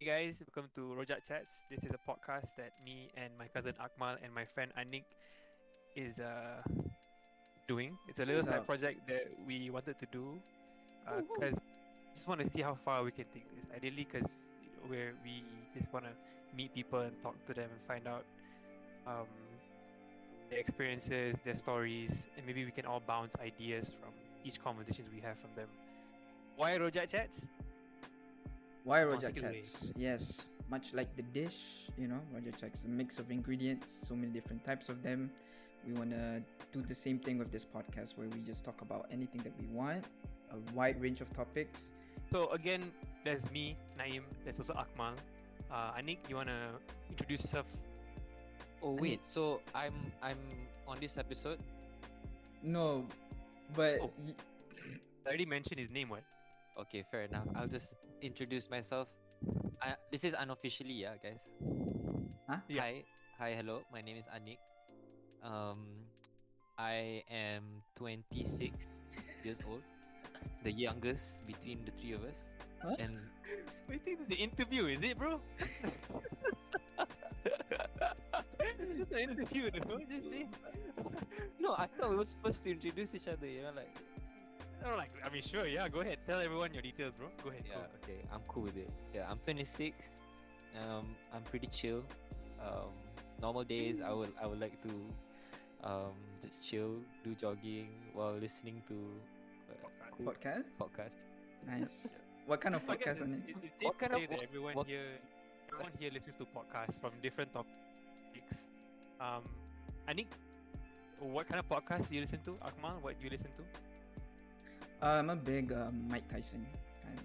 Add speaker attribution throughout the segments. Speaker 1: Hey guys, welcome to Rojak Chats. This is a podcast that me and my cousin Akmal and my friend Anik is uh, doing. It's a little
Speaker 2: Who's
Speaker 1: side
Speaker 2: up?
Speaker 1: project that we wanted to do because just want to see how far we can take this. Ideally, because where we just want to meet people and talk to them and find out um, their experiences, their stories, and maybe we can all bounce ideas from each conversations we have from them. Why Rojak Chats?
Speaker 2: Why
Speaker 1: Oh,
Speaker 2: Roger
Speaker 1: take it away.
Speaker 2: Chats? Yes, much like the dish, you know, Roger Chats, a mix of ingredients, so many different types of them. We want to do the same thing with this podcast where we just talk about anything that we want, a wide range of topics.
Speaker 1: So again, there's me, Naim. There's also Akmal. Uh, Anik, you wanna introduce yourself?
Speaker 3: Oh
Speaker 2: I
Speaker 3: wait, so I'm I'm on this episode.
Speaker 2: No, but
Speaker 1: Oh.
Speaker 2: y-
Speaker 1: I already mentioned his name, what?
Speaker 3: Okay, fair enough. I'll just introduce myself. I, this is unofficially, yeah, guys.
Speaker 2: Huh?
Speaker 1: Yeah.
Speaker 3: Hi, hi, hello. My name is Anik. Um, I am 26 years old, the youngest between the three of us.
Speaker 2: What?
Speaker 3: And
Speaker 1: I think this is the interview, is it, bro? It's an interview, no? Just say.
Speaker 3: no, I thought we were supposed to introduce each other. You know, like
Speaker 1: No, like, I mean, sure, yeah. Go ahead. Tell everyone your details, bro. Go ahead.
Speaker 3: Yeah,
Speaker 1: go.
Speaker 3: okay, I'm cool with it. Yeah, I'm 26. Um, I'm pretty chill. Um, normal days, I would I would like to, um, just chill, do jogging while listening to uh,
Speaker 1: Podcast.
Speaker 3: cool
Speaker 2: podcast?
Speaker 3: podcast.
Speaker 2: Nice. What kind of
Speaker 1: I guess
Speaker 2: podcast?
Speaker 1: it's,
Speaker 2: Anik?
Speaker 1: it- it's safe
Speaker 3: What kind
Speaker 1: to
Speaker 3: of
Speaker 1: say that
Speaker 3: po-
Speaker 1: everyone
Speaker 3: what-
Speaker 1: here, everyone here listens to podcasts from different topics. Um, Anik, what kind of podcast do you listen to? Akmal, what do you listen to?
Speaker 2: Uh, I'm a big uh, Mike Tyson fan.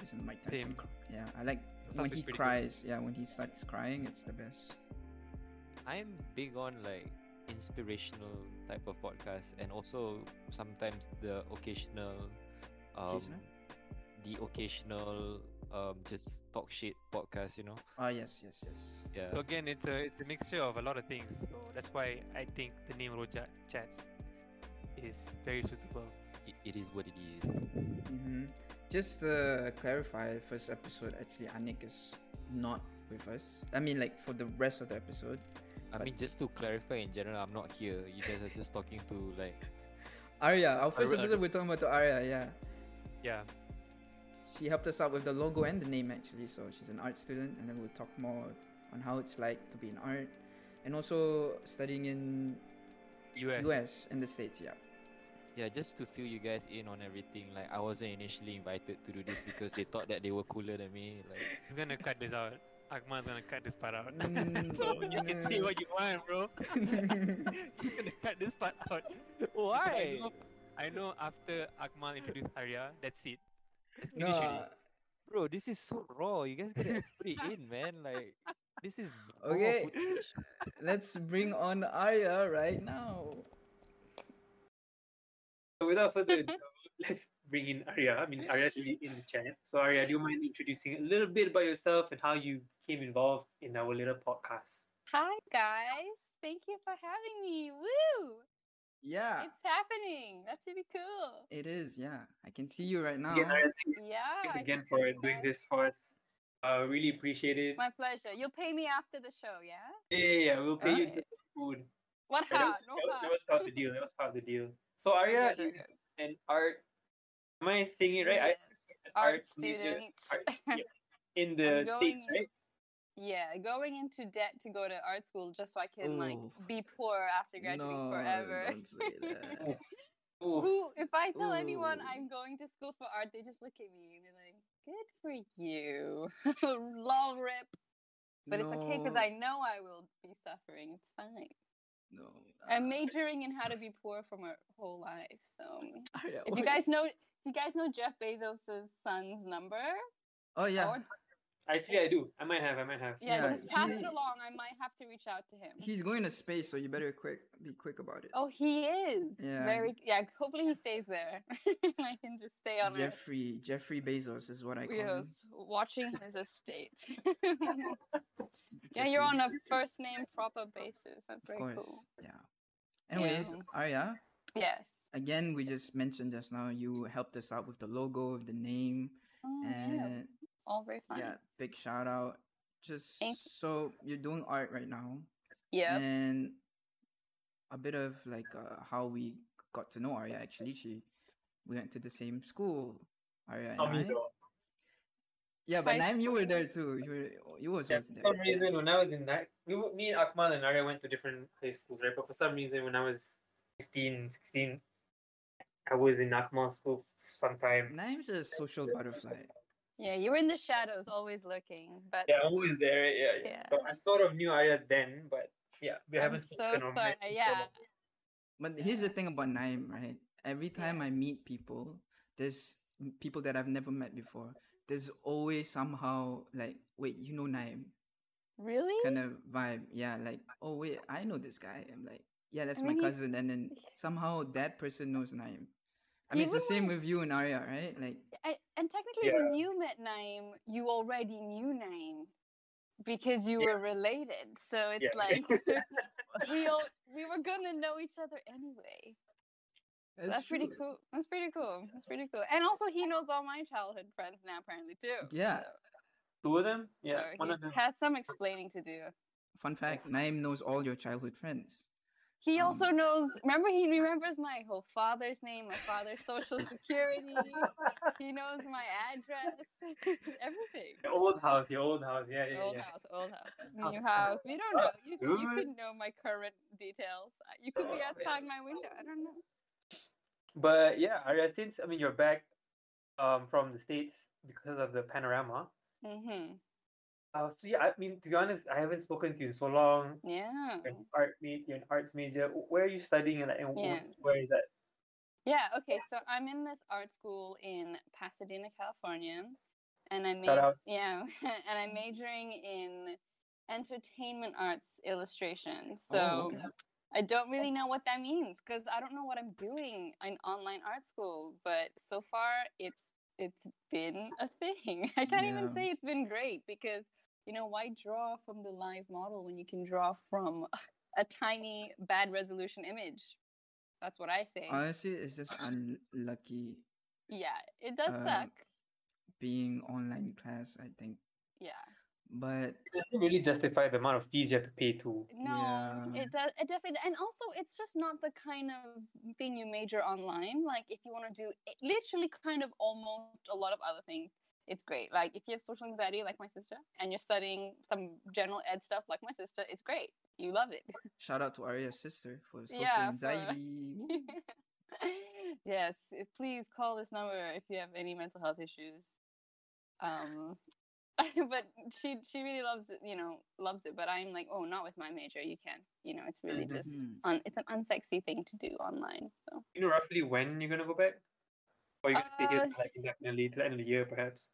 Speaker 2: Listen, to Mike Tyson.
Speaker 1: Same.
Speaker 2: cr- Yeah, I like
Speaker 1: Stuff
Speaker 2: when
Speaker 1: is
Speaker 2: he
Speaker 1: pretty good.
Speaker 2: cries. Yeah, when he starts crying, it's the best.
Speaker 3: I'm big on like inspirational type of podcasts, and also sometimes the occasional, um,
Speaker 2: Occasional?
Speaker 3: the occasional um just talk shit podcast. You know,
Speaker 2: Ah, yes, yes, yes.
Speaker 3: yeah.
Speaker 1: So again, it's a it's a mixture of a lot of things. So that's why I think the name Roja Chats is very suitable.
Speaker 3: It- it is what it is.
Speaker 2: hmm Just to clarify, first episode actually Anik is not with us. I mean, like for the rest of the episode,
Speaker 3: I
Speaker 2: But-
Speaker 3: mean, just to clarify, in general, I'm not here. You guys are just talking to like.
Speaker 2: Arya. Our first
Speaker 1: Arya.
Speaker 2: episode we're talking about to Arya. Yeah,
Speaker 1: Yeah.
Speaker 2: she helped us out with the logo and the name actually. So she's an art student, and then we'll talk more on how it's like to be in art, and also studying in
Speaker 1: US.
Speaker 2: US in the states. Yeah.
Speaker 3: Yeah, just to fill you guys in on everything. Like, I wasn't initially invited to do this because they thought that they were cooler than me. Like,
Speaker 1: He's gonna cut this out. Akmal's gonna cut this part out.
Speaker 2: Mm,
Speaker 1: so you can say what you want, bro. He's gonna cut this part out. Why? I know, I know after Akmal introduced Arya, that's it. Let's
Speaker 2: no,
Speaker 1: finish it.
Speaker 3: bro, this is so raw. You guys gotta put it in, man. Like, this is raw
Speaker 2: Okay.
Speaker 3: footage.
Speaker 2: let's bring on Arya right now.
Speaker 4: So without further ado, let's bring in Arya. I mean, Arya's already in the chat. So, Arya, do you mind introducing a little bit about yourself and how you became involved in our little podcast?
Speaker 5: Hi guys, thank you for having me. Woo!
Speaker 4: Ah.
Speaker 2: Yeah,
Speaker 5: It's happening. That's really cool.
Speaker 2: it is. Yeah, I can see you right now.
Speaker 4: Again, Arya, thanks,
Speaker 5: Yeah.
Speaker 4: thanks
Speaker 5: I
Speaker 4: again
Speaker 5: can
Speaker 4: for
Speaker 5: see you
Speaker 4: doing
Speaker 5: guys.
Speaker 4: this for us. Uh, really appreciate it.
Speaker 5: My pleasure. You'll pay me after the show, yeah?
Speaker 4: Yeah, yeah, yeah, we'll pay you
Speaker 5: Alright.
Speaker 4: the food.
Speaker 5: What
Speaker 4: Yeah,
Speaker 5: how?
Speaker 4: that, was,
Speaker 5: No
Speaker 4: that was- that
Speaker 5: how.
Speaker 4: was part of the deal. That was part of the deal. So, Arya
Speaker 5: Okay,
Speaker 4: is an art. Am I saying it right?
Speaker 5: Yes,
Speaker 4: I-
Speaker 5: Art,
Speaker 4: major,
Speaker 5: student.
Speaker 4: art- yeah, in the
Speaker 5: I'm
Speaker 4: states,
Speaker 5: going-
Speaker 4: right?
Speaker 5: yeah, going into debt to go to art school just so I can
Speaker 2: Ooh.
Speaker 5: like be poor after graduating
Speaker 2: No,
Speaker 5: forever.
Speaker 2: don't say that.
Speaker 4: Oof.
Speaker 5: Who if I tell anyone
Speaker 2: Ooh.
Speaker 5: I'm going to school for art, they just look at me and they're like, Good for you. Lol rip. But it's okay because
Speaker 2: No,
Speaker 5: I know I will be suffering. It's fine.
Speaker 2: no. uh,
Speaker 5: I'm majoring in how to be poor for my whole life. So
Speaker 2: Ah, yeah,
Speaker 5: if
Speaker 2: oh,
Speaker 5: you guys know, if you guys know Jeff Bezos' son's number,
Speaker 2: yeah. oh yeah,
Speaker 5: or-
Speaker 4: Actually, I do. I might have. I might have.
Speaker 5: yeah,
Speaker 2: Yeah,
Speaker 5: just pass
Speaker 2: he-
Speaker 5: it along. I might have to reach out to him.
Speaker 2: he's going to space, so you better quick be quick about it.
Speaker 5: oh, he is
Speaker 2: Yeah.
Speaker 5: very yeah. Hopefully, he stays there. I can just stay on it.
Speaker 2: Jeffrey Jeffrey Bezos is what I call him.
Speaker 5: Yes, watching his estate. yeah, you're on a first name proper basis. That's
Speaker 2: Of
Speaker 5: very
Speaker 2: course,
Speaker 5: cool.
Speaker 2: yeah. Anyways,
Speaker 5: Yeah.
Speaker 2: Arya,
Speaker 5: Yes.
Speaker 2: again, we just mentioned just now you helped us out with the logo, the name,
Speaker 5: Oh, yeah.
Speaker 2: and
Speaker 5: all very fun.
Speaker 2: Yeah, big shout out. Just
Speaker 5: Thank-
Speaker 2: so you're doing art right now,
Speaker 5: Yep.
Speaker 2: and a bit of like uh, how we got to know Arya. Actually, she we went to the same school. Arya and
Speaker 1: Tell me
Speaker 2: I.
Speaker 1: though.
Speaker 2: Yeah, but
Speaker 5: High
Speaker 2: Naim, you were there too. You were you was
Speaker 1: Yeah,
Speaker 2: also
Speaker 1: for
Speaker 2: there.
Speaker 1: some reason, when I was in that, we, were- me and Akmal and Arya went to different high schools, right? But for some reason, when I was 15, 16, I was in Akmal's school sometime.
Speaker 2: Naim's a social butterfly.
Speaker 5: Yeah, you were in the shadows, always looking. But
Speaker 1: Yeah, I'm always there. right? Yeah, yeah.
Speaker 5: Yeah.
Speaker 1: So I sort of knew Arya then, but yeah, we
Speaker 5: I'm
Speaker 1: haven't
Speaker 5: so
Speaker 1: spoken on
Speaker 5: sorry.
Speaker 1: many
Speaker 5: Yeah.
Speaker 1: so
Speaker 2: But here's the thing about Naim, right? Every
Speaker 5: Yeah.
Speaker 2: time I meet people, there's m- people that I've never met before. There's always somehow like, wait, you know Naim
Speaker 5: Really?
Speaker 2: kind of vibe. Yeah, like, oh wait, I know this guy. I'm like, yeah, that's
Speaker 5: I
Speaker 2: my
Speaker 5: mean, he's-
Speaker 2: cousin, and then somehow that person knows Naim. I mean, it's the same
Speaker 5: Even
Speaker 2: with you and Arya, right? Like,
Speaker 5: I, and technically, when you met Naim, you already knew Naim because you
Speaker 1: Yeah.
Speaker 5: were related. So it's
Speaker 1: Yeah.
Speaker 5: like we all we were gonna know each other anyway. That's, pretty
Speaker 2: true.
Speaker 5: cool. That's pretty cool. That's pretty cool. And also, he knows all my childhood friends now, apparently too.
Speaker 2: Yeah.
Speaker 5: So-
Speaker 1: Two of them? Yeah,
Speaker 5: so
Speaker 1: one
Speaker 5: he
Speaker 1: of them.
Speaker 5: has some explaining to do.
Speaker 2: Fun fact: Naim knows all your childhood friends.
Speaker 5: He
Speaker 2: Um,
Speaker 5: also knows. Remember, he remembers my whole father's name, my father's social security. he knows my address, everything.
Speaker 1: Your old house, your old house. Yeah, yeah,
Speaker 5: Old
Speaker 1: yeah.
Speaker 5: house, old house,
Speaker 1: Oh,
Speaker 5: new house. We don't know.
Speaker 1: that's
Speaker 5: You, you
Speaker 1: good.
Speaker 5: could know my current details. Uh, You could
Speaker 1: Oh,
Speaker 5: be outside my window. I don't know.
Speaker 1: But yeah, Arya, since I mean you're back um, from the states because of the panorama.
Speaker 5: Mm-hmm.
Speaker 1: Uh, so yeah, I mean to be honest, I haven't spoken to you in so long.
Speaker 5: Yeah.
Speaker 1: You're an art ma- you're an arts major. Where are you studying and, like, and wh-
Speaker 5: Yeah.
Speaker 1: where is that?
Speaker 5: Yeah. Okay. So I'm in this art school in Pasadena, California, and I'm
Speaker 1: Shout
Speaker 5: ma-
Speaker 1: out.
Speaker 5: yeah, and I'm majoring in entertainment arts illustration. So.
Speaker 2: okay.
Speaker 5: I don't really know what that means because I don't know what I'm doing in online art school. But so far, it's it's been a thing. I can't even
Speaker 2: Yeah.
Speaker 5: say it's been great because you know why draw from the live model when you can draw from a tiny bad resolution image? That's what I say.
Speaker 2: Honestly, it's just unlucky
Speaker 5: yeah, it does
Speaker 2: um,
Speaker 5: suck.
Speaker 2: being online class. I think,
Speaker 5: Yeah,
Speaker 2: but
Speaker 1: It doesn't really justify the amount of fees you have to pay to.
Speaker 5: no,
Speaker 2: yeah.
Speaker 5: it does. It definitely, and also, it's just not the kind of thing you major online. Like, if you want to do it, literally, kind of almost a lot of other things. it's great. Like if you have social anxiety, like my sister, and you're studying some general ed stuff, like my sister, it's great. You love it.
Speaker 2: Shout out to Arya's sister for social
Speaker 5: Yeah, for-
Speaker 2: anxiety. Woo.
Speaker 5: yes, eh, please call this number if you have any mental health issues. Um, but she she really loves it. You know, loves it. But I'm like, oh, not with my major. You can. You know, it's really just
Speaker 2: Mhm.
Speaker 5: un, it's an unsexy thing to do online. So.
Speaker 1: You know roughly when you're gonna go back, or you're gonna stay here
Speaker 5: Uh,
Speaker 1: till, like indefinitely till the end of the year, perhaps.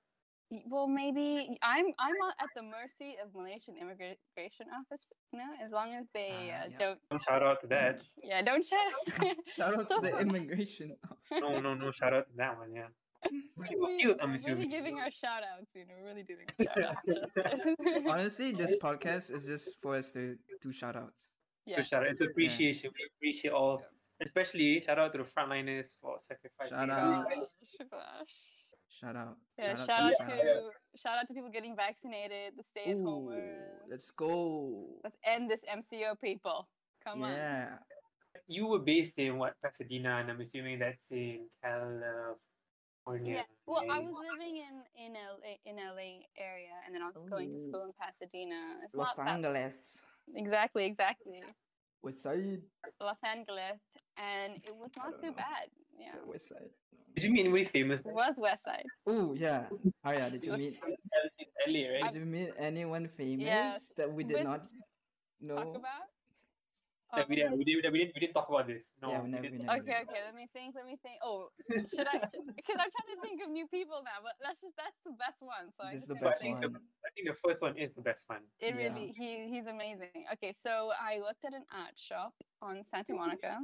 Speaker 5: Y- Well, maybe I'm I'm a- at the mercy of Malaysian immigration office. You know, as long as they
Speaker 2: Ah,
Speaker 5: uh,
Speaker 2: yeah.
Speaker 5: don't
Speaker 1: Don't shout out to that.
Speaker 5: Yeah, don't share.
Speaker 2: Shout out
Speaker 5: So
Speaker 2: to the
Speaker 5: for-
Speaker 2: immigration. office.
Speaker 1: No, no, no. Shout out to that one. Yeah. Really,
Speaker 5: we,
Speaker 1: you,
Speaker 5: are
Speaker 1: I'm assuming.
Speaker 5: really giving our shout outs, you know, we're really doing our shout outs.
Speaker 2: Honestly, this podcast is just for us to do shout outs.
Speaker 5: yeah.
Speaker 1: So shout out. It's appreciation. We appreciate all, especially shout out to the frontliners for sacrificing.
Speaker 2: Shout
Speaker 5: Gosh,
Speaker 2: out.
Speaker 5: gosh.
Speaker 2: Shout out.
Speaker 5: Yeah,
Speaker 2: the
Speaker 5: shout, out
Speaker 2: shout
Speaker 5: to shout out to people getting vaccinated, the stay at
Speaker 2: Ooh,
Speaker 5: homers.
Speaker 2: let's go.
Speaker 5: Let's end this MCO people. Come on.
Speaker 2: yeah.
Speaker 1: You were based in what Pasadena, and I'm assuming that's in California.
Speaker 5: Yeah. Well, I
Speaker 1: right?
Speaker 5: was living in in LA in LA area, and then I was going to
Speaker 2: Ooh.
Speaker 5: school in Pasadena. It's
Speaker 2: Los
Speaker 5: not that-
Speaker 2: Angeles.
Speaker 5: exactly, exactly.
Speaker 2: West side.
Speaker 5: Los Angeles, and it was
Speaker 2: I
Speaker 5: not
Speaker 2: don't
Speaker 5: too
Speaker 2: know.
Speaker 5: bad.
Speaker 2: Is
Speaker 5: Yeah,
Speaker 2: it West side?
Speaker 1: Did you meet anybody famous?
Speaker 5: it was West Side.
Speaker 2: Oh yeah. Arya, did you
Speaker 5: Los
Speaker 2: meet
Speaker 1: In LA, right?
Speaker 2: did you meet anyone famous that we did
Speaker 5: West-
Speaker 2: not
Speaker 5: Talk
Speaker 2: know?
Speaker 5: about.
Speaker 2: Oh.
Speaker 1: Yeah, we,
Speaker 5: Um,
Speaker 1: didn't, we, didn't, we, didn't, we didn't talk about this. No,
Speaker 2: Yeah, we
Speaker 1: we
Speaker 2: never- we
Speaker 1: didn't.
Speaker 2: never-
Speaker 5: Okay, okay. Let me think. Let me think. Oh, should I? Because I'm trying to think of new people now. But that's just that's the best one. So I
Speaker 2: This is the
Speaker 5: just gotta
Speaker 2: best
Speaker 5: think.
Speaker 1: think the-
Speaker 2: one.
Speaker 1: I think the first one is the best one.
Speaker 5: It
Speaker 2: Yeah.
Speaker 5: really he he's amazing. Okay, so I worked at an art shop on
Speaker 2: Mm-hmm.
Speaker 5: Santa Monica,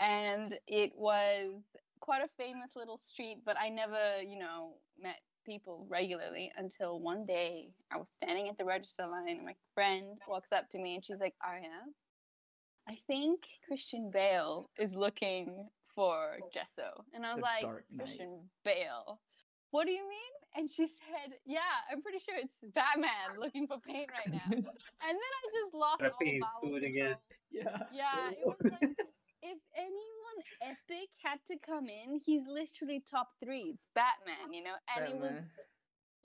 Speaker 5: and it was quite a famous little street. But I never, you know, met people regularly until one day I was standing at the register line, and my friend walks up to me and she's like, "Aria, I think Christian Bale is looking for Gesso," and I was
Speaker 2: The
Speaker 5: like,
Speaker 2: Dark Knight.
Speaker 5: "Christian Bale." What do you mean? and she said, "Yeah, I'm pretty sure it's Batman looking for paint right now." and then I just lost
Speaker 1: Gotta
Speaker 5: all
Speaker 1: pay his
Speaker 5: bowel
Speaker 1: food
Speaker 5: control.
Speaker 1: again.
Speaker 2: Yeah.
Speaker 5: Yeah, it was like if anyone epic had to come in, he's literally top three. It's Batman, you know, and it was
Speaker 2: Batman.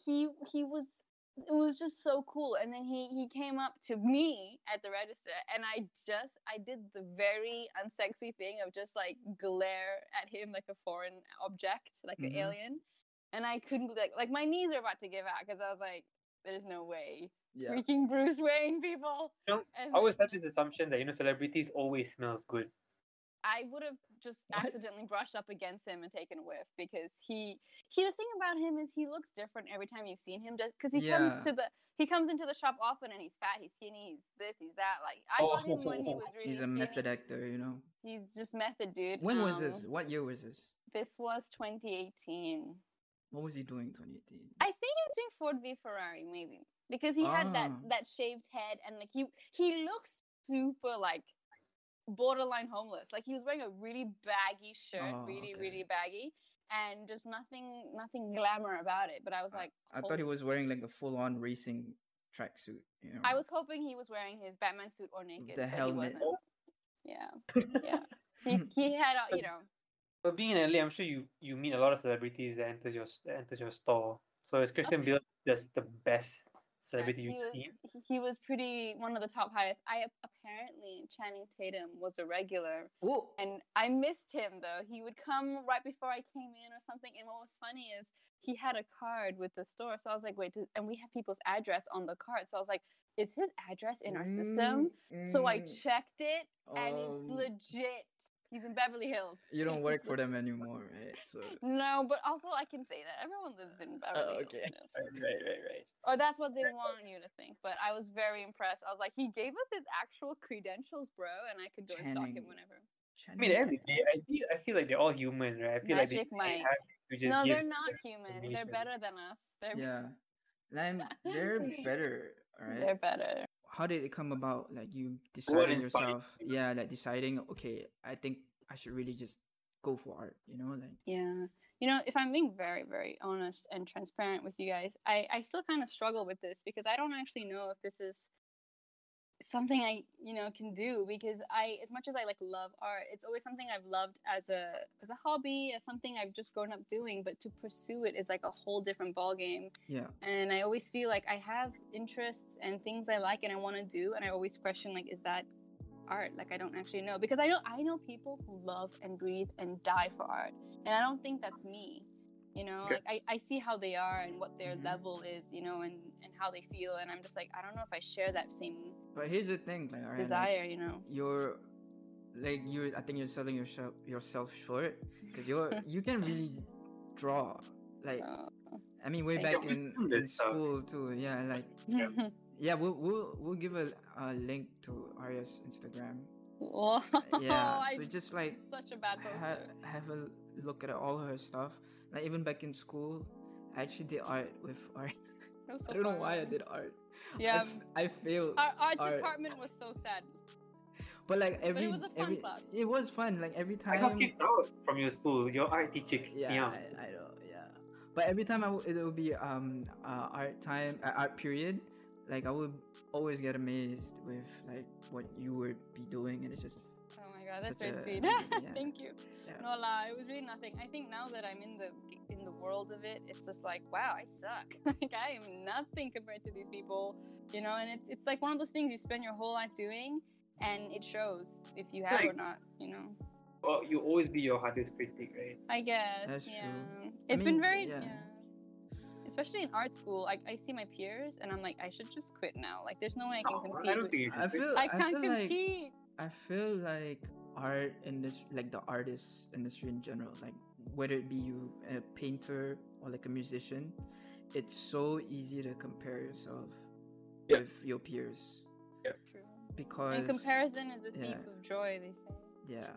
Speaker 5: he he was it was just so cool and then he he came up to me at the register and i just i did the very unsexy thing of just like glare at him like a foreign object like
Speaker 2: Mhm.
Speaker 5: an alien and i couldn't be like like my knees are about to give out because i was like there's no way
Speaker 2: yeah.
Speaker 5: freaking bruce wayne people
Speaker 1: No,
Speaker 5: and
Speaker 1: I always
Speaker 5: then
Speaker 1: had this assumption that you know celebrities always smells good.
Speaker 5: i would have just
Speaker 2: What?
Speaker 5: accidentally brushed up against him and taken a whiff because he he the thing about him is he looks different every time you've seen him just because he
Speaker 2: Yeah.
Speaker 5: comes to the he comes into the shop often and he's fat he's skinny he's this he's that like i got him when he
Speaker 1: Oh.
Speaker 5: was really
Speaker 2: He's a
Speaker 5: skinny.
Speaker 2: method actor, you know.
Speaker 5: he's just method dude
Speaker 2: When was this?
Speaker 5: Um,
Speaker 2: What year was this?
Speaker 5: this was 2018
Speaker 2: What was he doing in 2018?
Speaker 5: i think he's doing ford v ferrari maybe because he had that
Speaker 2: Ah.
Speaker 5: that shaved head and like he he looks super like borderline homeless like he was wearing a really baggy shirt
Speaker 2: Oh,
Speaker 5: really
Speaker 2: okay.
Speaker 5: really baggy and just nothing nothing glamour about it but i was like
Speaker 2: I thought
Speaker 5: "Holy
Speaker 2: he was wearing like a full-on racing tracksuit. You know?
Speaker 5: I was hoping he was wearing his Batman suit or naked,
Speaker 2: The
Speaker 5: but
Speaker 2: helmet.
Speaker 5: he wasn't. Yeah, yeah. He, he had, a, you know,
Speaker 1: But being in LA, I'm sure you you meet a lot of celebrities that enters your that enters your store. So is Christian Bale just the best celebrity
Speaker 5: he
Speaker 1: you've
Speaker 5: was
Speaker 1: seen?
Speaker 5: he- he was pretty one of the top highest. I apparently Channing Tatum was a regular,
Speaker 2: Oh,
Speaker 5: and I missed him though. He would come right before I came in or something. And what was funny is he had a card with the store, so I was like, wait, do, and we have people's address on the card, so I was like, is his address in our system?
Speaker 2: Mm,
Speaker 5: So I
Speaker 1: Mm.
Speaker 5: checked it, and it's
Speaker 1: Oh.
Speaker 5: legit. He's in Beverly Hills.
Speaker 2: You don't
Speaker 5: it's
Speaker 2: work for
Speaker 5: le-
Speaker 2: them anymore, right? So
Speaker 5: No, but also I can say that everyone lives in Beverly Hills.
Speaker 2: okay.
Speaker 5: yes.
Speaker 1: Oh, right, right, right.
Speaker 5: Or that's what they want you to think. But I was very impressed. I was like, he gave us his actual credentials, bro, and I could go and stalk
Speaker 2: Channing.
Speaker 5: him whenever.
Speaker 1: I mean, at the end of the day, I feel, I feel like they're all human, right? I feel like
Speaker 5: Mm-hmm. Magic
Speaker 1: they
Speaker 5: Mike.
Speaker 1: have to just
Speaker 5: No,
Speaker 1: give
Speaker 5: they're not
Speaker 1: their
Speaker 5: human. They're
Speaker 1: information.
Speaker 5: better than us. They're
Speaker 2: yeah, Then they're better, alright?
Speaker 5: they're better.
Speaker 2: How did it come about? Like you decided
Speaker 1: inspired
Speaker 2: yourself, yeah, like deciding, okay, I think I should really just go for art, you know, like
Speaker 5: Yeah. You know, if I'm being very, very honest and transparent with you guys, I, I still kind of struggle with this because I don't actually know if this is something I, you know, can do because I as much as I like love art, it's always something I've loved as a as a hobby, as something I've just grown up doing, but to pursue it is like a whole different ballgame.
Speaker 2: yeah,
Speaker 5: And I always feel like I have interests and things I like and I want to do and I always question like is that art? Like I don't actually know because I know I know people who love and breathe and die for art and I don't think that's me. You know,
Speaker 1: Okay.
Speaker 5: like I, I see how they are and what their
Speaker 2: Mhm.
Speaker 5: level is, you know, and, and how they feel. And I'm just like, I don't know if I share that same
Speaker 2: but here's the thing, like, alright, like,
Speaker 5: desire, you know.
Speaker 2: you're like you I think you're selling yourself yourself short because you're you can really draw like
Speaker 5: Uh,
Speaker 2: I mean way
Speaker 5: Thank
Speaker 2: back
Speaker 1: you.
Speaker 2: in,
Speaker 1: Mm,
Speaker 2: in
Speaker 1: that's tough.
Speaker 2: school too yeah like
Speaker 1: Yeah.
Speaker 2: yeah we'll we'll, we'll give a, a link to Arya's Instagram
Speaker 5: Whoa,
Speaker 2: yeah
Speaker 5: Oh, I-
Speaker 2: so just like
Speaker 5: such a bad
Speaker 2: ha-
Speaker 5: poster.
Speaker 2: have a look at all her stuff like even back in school I actually did art with art
Speaker 5: It was so
Speaker 2: I don't know why I
Speaker 5: fun.
Speaker 2: did art I
Speaker 5: Yeah, Uh,
Speaker 2: f- I failed
Speaker 5: our art
Speaker 2: art.
Speaker 5: department was so sad.
Speaker 2: but like every
Speaker 5: was a fun
Speaker 2: every,
Speaker 5: class.
Speaker 2: it was fun like every
Speaker 1: I got
Speaker 2: time
Speaker 1: kicked out from your school. Your art teacher kicked me out.
Speaker 2: yeah, I, I know, yeah. But every time I w- it would be um uh, art time, uh, art period, like I would always get amazed with like what you would be doing, and it's just
Speaker 5: Oh my god, that's
Speaker 2: Such
Speaker 5: very
Speaker 2: a-
Speaker 5: sweet.
Speaker 2: yeah.
Speaker 5: Thank you.
Speaker 2: Yeah.
Speaker 5: No la, it was really nothing. I think now that I'm in the in the world of it, it's just like wow, I suck. like I am nothing compared to these people, you know. And it's it's like one of those things you spend your whole life doing, and it shows if you have or
Speaker 1: Like-
Speaker 5: not, you know.
Speaker 1: Well, you always be your hardest critic, right?
Speaker 5: I guess.
Speaker 2: That's
Speaker 5: yeah.
Speaker 2: true. I
Speaker 5: It's
Speaker 2: mean,
Speaker 5: been very
Speaker 2: yeah.
Speaker 5: yeah. Especially in art school, I, I see my peers and I'm like, I should just quit now. Like, there's no way I can
Speaker 1: No,
Speaker 5: compete.
Speaker 1: Oh, I don't
Speaker 5: with-
Speaker 1: think you should.
Speaker 2: I feel
Speaker 5: I can't
Speaker 2: feel Like,
Speaker 5: compete.
Speaker 2: I feel like art industry, like the artist industry in general, like whether it be you a painter or like a musician, it's so easy to compare yourself
Speaker 1: Yeah.
Speaker 2: with your peers
Speaker 5: True.
Speaker 2: because
Speaker 5: And comparison is the thief
Speaker 2: yeah.
Speaker 5: of joy, they say.
Speaker 2: Yeah.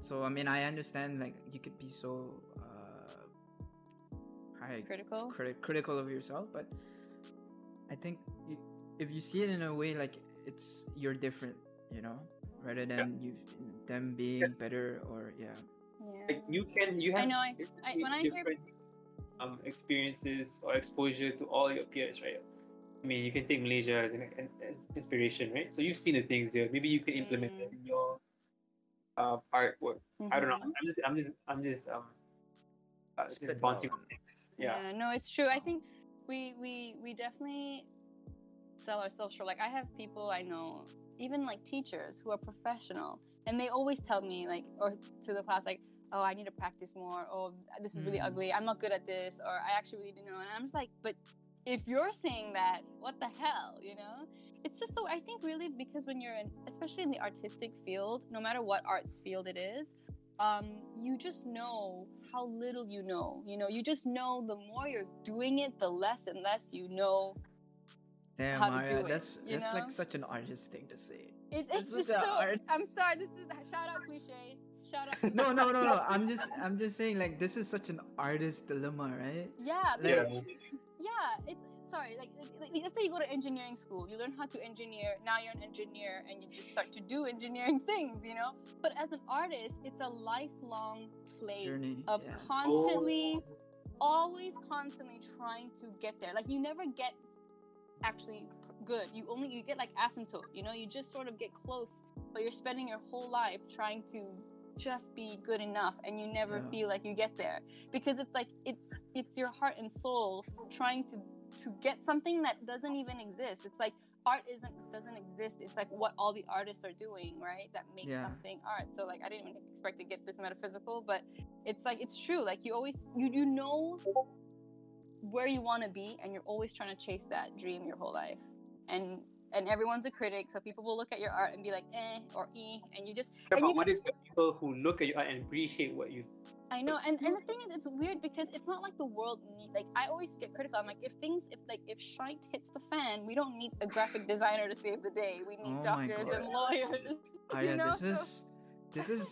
Speaker 2: So I mean, I understand like you could be so uh, high
Speaker 5: Critical.
Speaker 2: criti- critical of yourself, but I think you, if you see it in a way like it's you're different, you know, rather than you them being
Speaker 1: Yes.
Speaker 2: better or yeah,
Speaker 5: Yeah.
Speaker 1: Like you can, you
Speaker 5: I
Speaker 1: have.
Speaker 5: know, I-
Speaker 1: it's
Speaker 5: I-
Speaker 1: really
Speaker 5: when I hear-
Speaker 1: different um, experiences or exposure to all your peers, right? I mean, you can take Malaysia as an, an as inspiration, right? So you've seen the things here. Maybe you can implement
Speaker 5: Mm.
Speaker 1: that in your uh, artwork. I don't know.
Speaker 5: Mm-hmm.
Speaker 1: I'm just, I'm just, I'm just, um, uh, just
Speaker 2: Spitballing.
Speaker 1: bouncing on things. Yeah.
Speaker 5: yeah. no it's true i
Speaker 3: Oh.
Speaker 5: think we we we definitely sell ourselves short like i have people i know even like teachers who are professional and they always tell me like or to the class like oh i need to practice more or this is really
Speaker 2: Mm.
Speaker 5: ugly i'm not good at this or i actually really didn't know and i'm just like but if you're saying that what the hell you know it's just so i think really because when you're in especially in the artistic field no matter what arts field it is um, you just know how little you know. You know, you just know the more you're doing it, the less and less you know.
Speaker 2: Damn,
Speaker 5: how to
Speaker 2: Maya,
Speaker 5: do it,
Speaker 2: that's
Speaker 5: you
Speaker 2: that's like
Speaker 5: know?
Speaker 2: such an artist thing to say.
Speaker 5: It, it's
Speaker 2: This is
Speaker 5: just
Speaker 2: the
Speaker 5: so.
Speaker 2: art.
Speaker 5: I'm sorry. This is shout out cliche. Shout out.
Speaker 2: No, no, no, no. I'm just I'm just saying like this is such an artist dilemma, right?
Speaker 5: Yeah.
Speaker 2: Yeah.
Speaker 5: because- yeah it's sorry like, like, like let's say you go to engineering school you learn how to engineer now you're an engineer and you just start to do engineering things you know but as an artist it's a lifelong play
Speaker 2: Journey.
Speaker 5: of
Speaker 2: yeah.
Speaker 5: constantly always constantly trying to get there like you never get actually p- good you only you get like asymptote you know you just sort of get close but you're spending your whole life trying to just be good enough and you never
Speaker 2: Yeah.
Speaker 5: feel like you get there because it's like it's it's your heart and soul trying to to get something that doesn't even exist it's like art isn't doesn't exist it's like what all the artists are doing right that makes
Speaker 2: Yeah.
Speaker 5: something art so like i didn't even expect to get this metaphysical but it's like it's true like you always you you know where you want to be and you're always trying to chase that dream your whole life and and everyone's a critic so people will look at your art and be like eh or eh and you just
Speaker 1: Yeah,
Speaker 5: And
Speaker 1: but
Speaker 5: you
Speaker 1: what if the people who look at you and appreciate what you
Speaker 5: I know, and and the thing is, it's weird because it's not like the world need. Like I always get critical. I'm like, if things, if like if shite hits the fan, we don't need a graphic designer to save the day. We
Speaker 2: Oh
Speaker 5: need
Speaker 2: my
Speaker 5: doctors
Speaker 2: God.
Speaker 5: and lawyers.
Speaker 2: Ah,
Speaker 5: you
Speaker 2: yeah,
Speaker 5: know,
Speaker 2: this is this is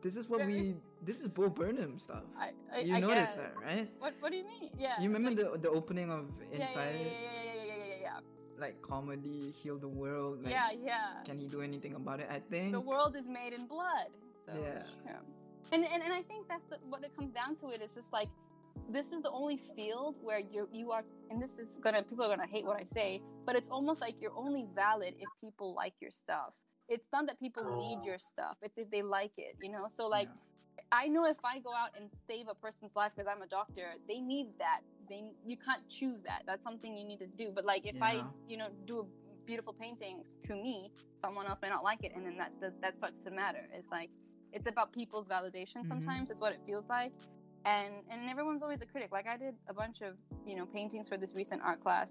Speaker 2: this is what
Speaker 5: Very-
Speaker 2: we this is Bo Burnham stuff.
Speaker 5: I, I,
Speaker 2: you
Speaker 5: I
Speaker 2: noticed
Speaker 5: guess.
Speaker 2: that, right?
Speaker 5: What What do you mean? Yeah.
Speaker 2: you remember
Speaker 5: like,
Speaker 2: the the opening of
Speaker 5: yeah,
Speaker 2: Inside,
Speaker 5: Yeah, yeah, yeah, yeah, yeah, yeah, yeah,
Speaker 2: like comedy, heal the world.
Speaker 5: yeah.
Speaker 2: Like,
Speaker 5: yeah, yeah.
Speaker 2: Can he do anything about it? I think.
Speaker 5: the world is made in blood so it's
Speaker 2: Yeah.
Speaker 5: true. and, and and i think that's the, what it comes down to it is just like this is the only field where you you are and this is gonna people are gonna hate what i say but it's almost like you're only valid if people like your stuff it's not that people
Speaker 2: Oh.
Speaker 5: need your stuff it's if they like it you know so like
Speaker 2: Yeah.
Speaker 5: I know if I go out and save a person's life because I'm a doctor, they need that. They you can't choose that. That's something you need to do. But like if I,
Speaker 2: Yeah.
Speaker 5: you know, do a beautiful painting to me, someone else may not like it, and then that does, that starts to matter. It's like it's about people's validation
Speaker 2: Mhm.
Speaker 5: sometimes. Is what it feels like, and and everyone's always a critic. Like I did a bunch of you know paintings for this recent art class.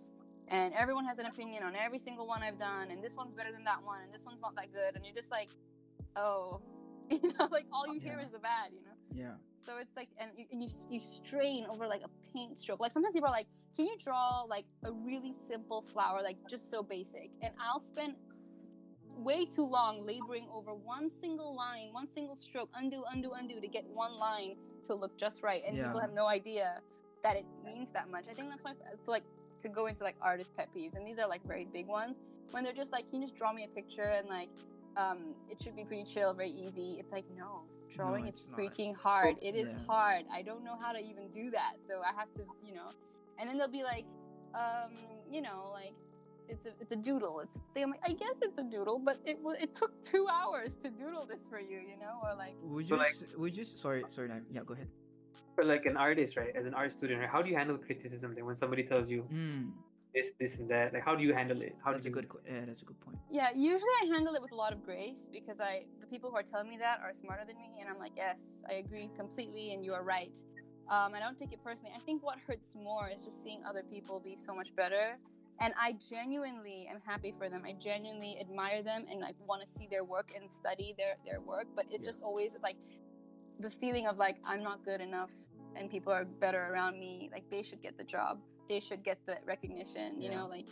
Speaker 5: And everyone has an opinion on every single one I've done, and this one's better than that one, and this one's not that good, and you're just like, oh, you know, like all you hear
Speaker 2: Yeah.
Speaker 5: is the bad, you know.
Speaker 2: yeah.
Speaker 5: So it's like, and you, and you you strain over like a paint stroke. Like sometimes people are like, "Can you draw like a really simple flower, like just so basic?" And I'll spend way too long laboring over one single line, one single stroke, undo, undo, undo to get one line to look just right, and people
Speaker 2: Yeah.
Speaker 5: have no idea that it means that much. I think that's why it's like to go into like artist pet peeves, and these are like very big ones when they're just like, "Can you just draw me a picture?" and like. Um, it should be pretty chill, very easy. It's like no, drawing is
Speaker 2: it's not.
Speaker 5: freaking fucking hard. It is
Speaker 2: Yeah.
Speaker 5: hard. I don't know how to even do that. So I have to, you know. And then they'll be like, um, you know, like it's a it's a doodle. It's a thing. I'm like, I guess it's a doodle, but it wa- it took two hours to doodle this for you, you know, or like
Speaker 2: Would
Speaker 1: So,
Speaker 2: you?
Speaker 1: like-
Speaker 2: s would you? s- Sorry, sorry. Naim. Yeah, go ahead.
Speaker 1: But like an artist, right? As an art student, right? How do you handle criticism then when somebody tells you
Speaker 2: Mm,
Speaker 1: this, this, and that? Like, how do you handle it? How
Speaker 2: that's
Speaker 1: do
Speaker 2: a
Speaker 1: you
Speaker 2: good. qu- Yeah, that's a good point.
Speaker 5: yeah. Usually I handle it with a lot of grace because I the people who are telling me that are smarter than me, and I'm like, yes, I agree completely, and you are right. Um, I don't take it personally. I think what hurts more is just seeing other people be so much better. And I genuinely am happy for them. I genuinely admire them and like want to see their work and study their their work. But it's
Speaker 2: Yeah.
Speaker 5: just always like the feeling of like I'm not good enough and people are better around me. Like they should get the job. They should get the recognition. You
Speaker 2: Yeah.
Speaker 5: know, like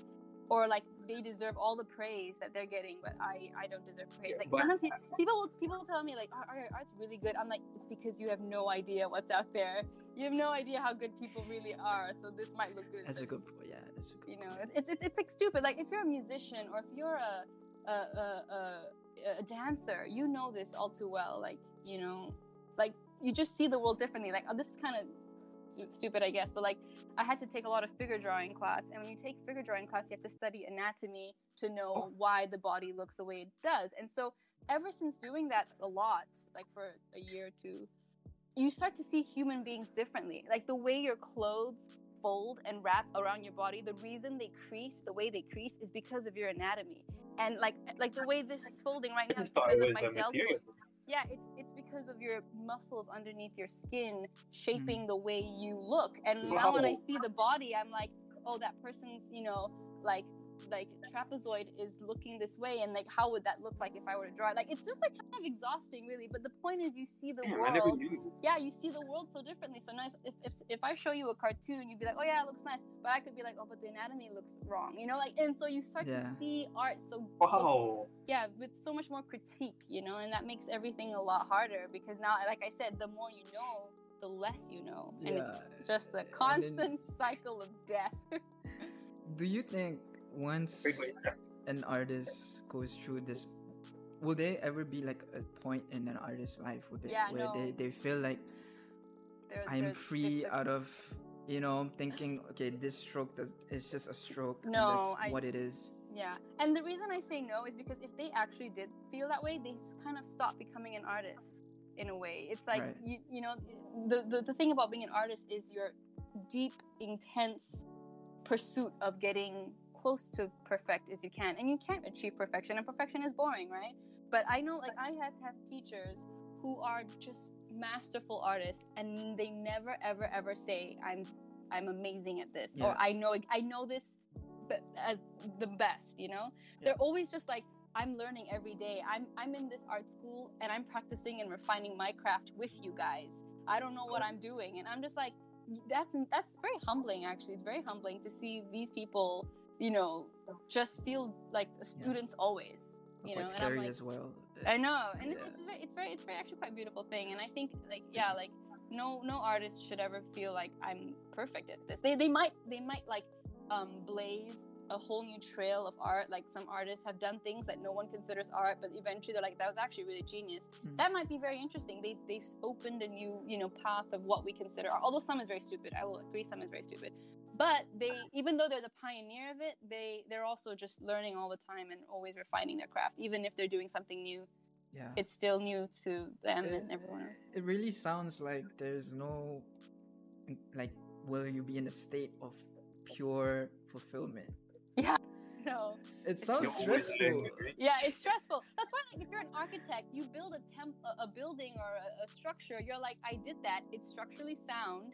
Speaker 5: or like they deserve all the praise that they're getting, but I I don't deserve praise.
Speaker 1: Yeah,
Speaker 5: Like
Speaker 1: but-
Speaker 5: sometimes pe- people will people will tell me like, "Our- our art's really good." I'm like, it's because you have no idea what's out there you have no idea how good people really are so this might look good
Speaker 2: That's a
Speaker 5: but
Speaker 2: good
Speaker 5: it's-
Speaker 2: point. Yeah, that's a good.
Speaker 5: you know
Speaker 2: point.
Speaker 5: it's, it's it's like stupid like if you're a musician or if you're a a, a, a a dancer you know this all too well like you know like you just see the world differently like oh, this uh, is kind of stu- stupid, I guess, but like I had to take a lot of figure drawing class. And when you take figure drawing class, you have to study anatomy to know
Speaker 1: Oh.
Speaker 5: why the body looks the way it does. And so ever since doing that a lot, like for a year or two, you start to see human beings differently. Like the way your clothes fold and wrap around your body, the reason they crease the way they crease is because of your anatomy. And like like the way this is folding right
Speaker 1: I
Speaker 5: now is
Speaker 1: just thought
Speaker 5: because
Speaker 1: it
Speaker 5: of
Speaker 1: was
Speaker 5: my
Speaker 1: a material.
Speaker 5: deltoid. Yeah, it's it's because of your muscles underneath your skin shaping
Speaker 1: Hmm.
Speaker 5: the way you look. And now when I
Speaker 1: Wow.
Speaker 5: see the body, I'm like, oh, that person's you know like like trapezoid is looking this way, and like how would that look like if I were to draw it? Like it's just like kind of exhausting, really. But the point is, you see the
Speaker 1: Damn, I never
Speaker 5: world
Speaker 1: knew.
Speaker 5: yeah, you see the world so differently. So now, if, if if I show you a cartoon, you'd be like, oh yeah, it looks nice, but I could be like, oh, but the anatomy looks wrong, you know, like, and so you start
Speaker 2: Yeah.
Speaker 5: to see art so, so
Speaker 1: Wow.
Speaker 5: yeah, with so much more critique, you know, and that makes everything a lot harder because now, like I said, the more you know, the less you know, and it's
Speaker 2: Yeah,
Speaker 5: just
Speaker 2: and
Speaker 5: the
Speaker 2: then-
Speaker 5: constant cycle of death.
Speaker 2: Do you think once
Speaker 1: Great way to-
Speaker 2: an artist goes through this, will there ever be like a point in an artist's life with it
Speaker 5: Yeah,
Speaker 2: where they,
Speaker 5: no.
Speaker 2: they feel like
Speaker 5: There-
Speaker 2: I'm
Speaker 5: there's-
Speaker 2: free
Speaker 5: there's a-
Speaker 2: out of you know thinking okay this stroke does, is just a stroke and
Speaker 5: No,
Speaker 2: that's
Speaker 5: I-
Speaker 2: what it is.
Speaker 5: Yeah, and the reason I say no is because if they actually did feel that way, they s- kind of stop becoming an artist in a way. It's like
Speaker 2: Right.
Speaker 5: you, you know, the, the the thing about being an artist is your deep, intense pursuit of getting close to perfect as you can, and you can't achieve perfection, and perfection is boring, right? But I know, like, I have have teachers who are just masterful artists, and they never, ever, ever say, "I'm, I'm amazing at this,"
Speaker 2: Yeah.
Speaker 5: or "I know, I know this." But as the best you know they're always just like i'm learning every day i'm i'm in this art school and i'm practicing and refining my craft with you guys i don't know what i'm doing and i'm just like that's that's very humbling actually it's very humbling to see these people you know just feel like students always you know
Speaker 2: Quite
Speaker 5: and i'm
Speaker 2: scary
Speaker 5: like
Speaker 2: as well.
Speaker 5: I know, and it's,
Speaker 2: Yeah.
Speaker 5: it's, very, it's very, it's very actually quite a beautiful thing. And I think, like, yeah, like, no, no artist should ever feel like I'm perfect at this. They, they might, they might like, um, blaze a whole new trail of art. Like some artists have done things that no one considers art, but eventually they're like, that was actually really genius.
Speaker 2: Mhm.
Speaker 5: That might be very interesting. They, they've opened a new, you know, path of what we consider art. Although some is very stupid, I will agree, some is very stupid. But they, even though they're the pioneer of it, they they're also just learning all the time and always refining their craft. Even if they're doing something new,
Speaker 2: yeah.
Speaker 5: it's still new to them
Speaker 2: it,
Speaker 5: and everyone else.
Speaker 2: it really sounds like there's no like will you be in a state of pure fulfillment.
Speaker 5: No.
Speaker 2: It sounds
Speaker 1: You're always
Speaker 2: stressful.
Speaker 1: learning, right?
Speaker 5: Yeah, it's stressful. That's why, like, if you're an architect, you build a temp, a, a building or a, a structure. You're like, I did that. It's structurally sound.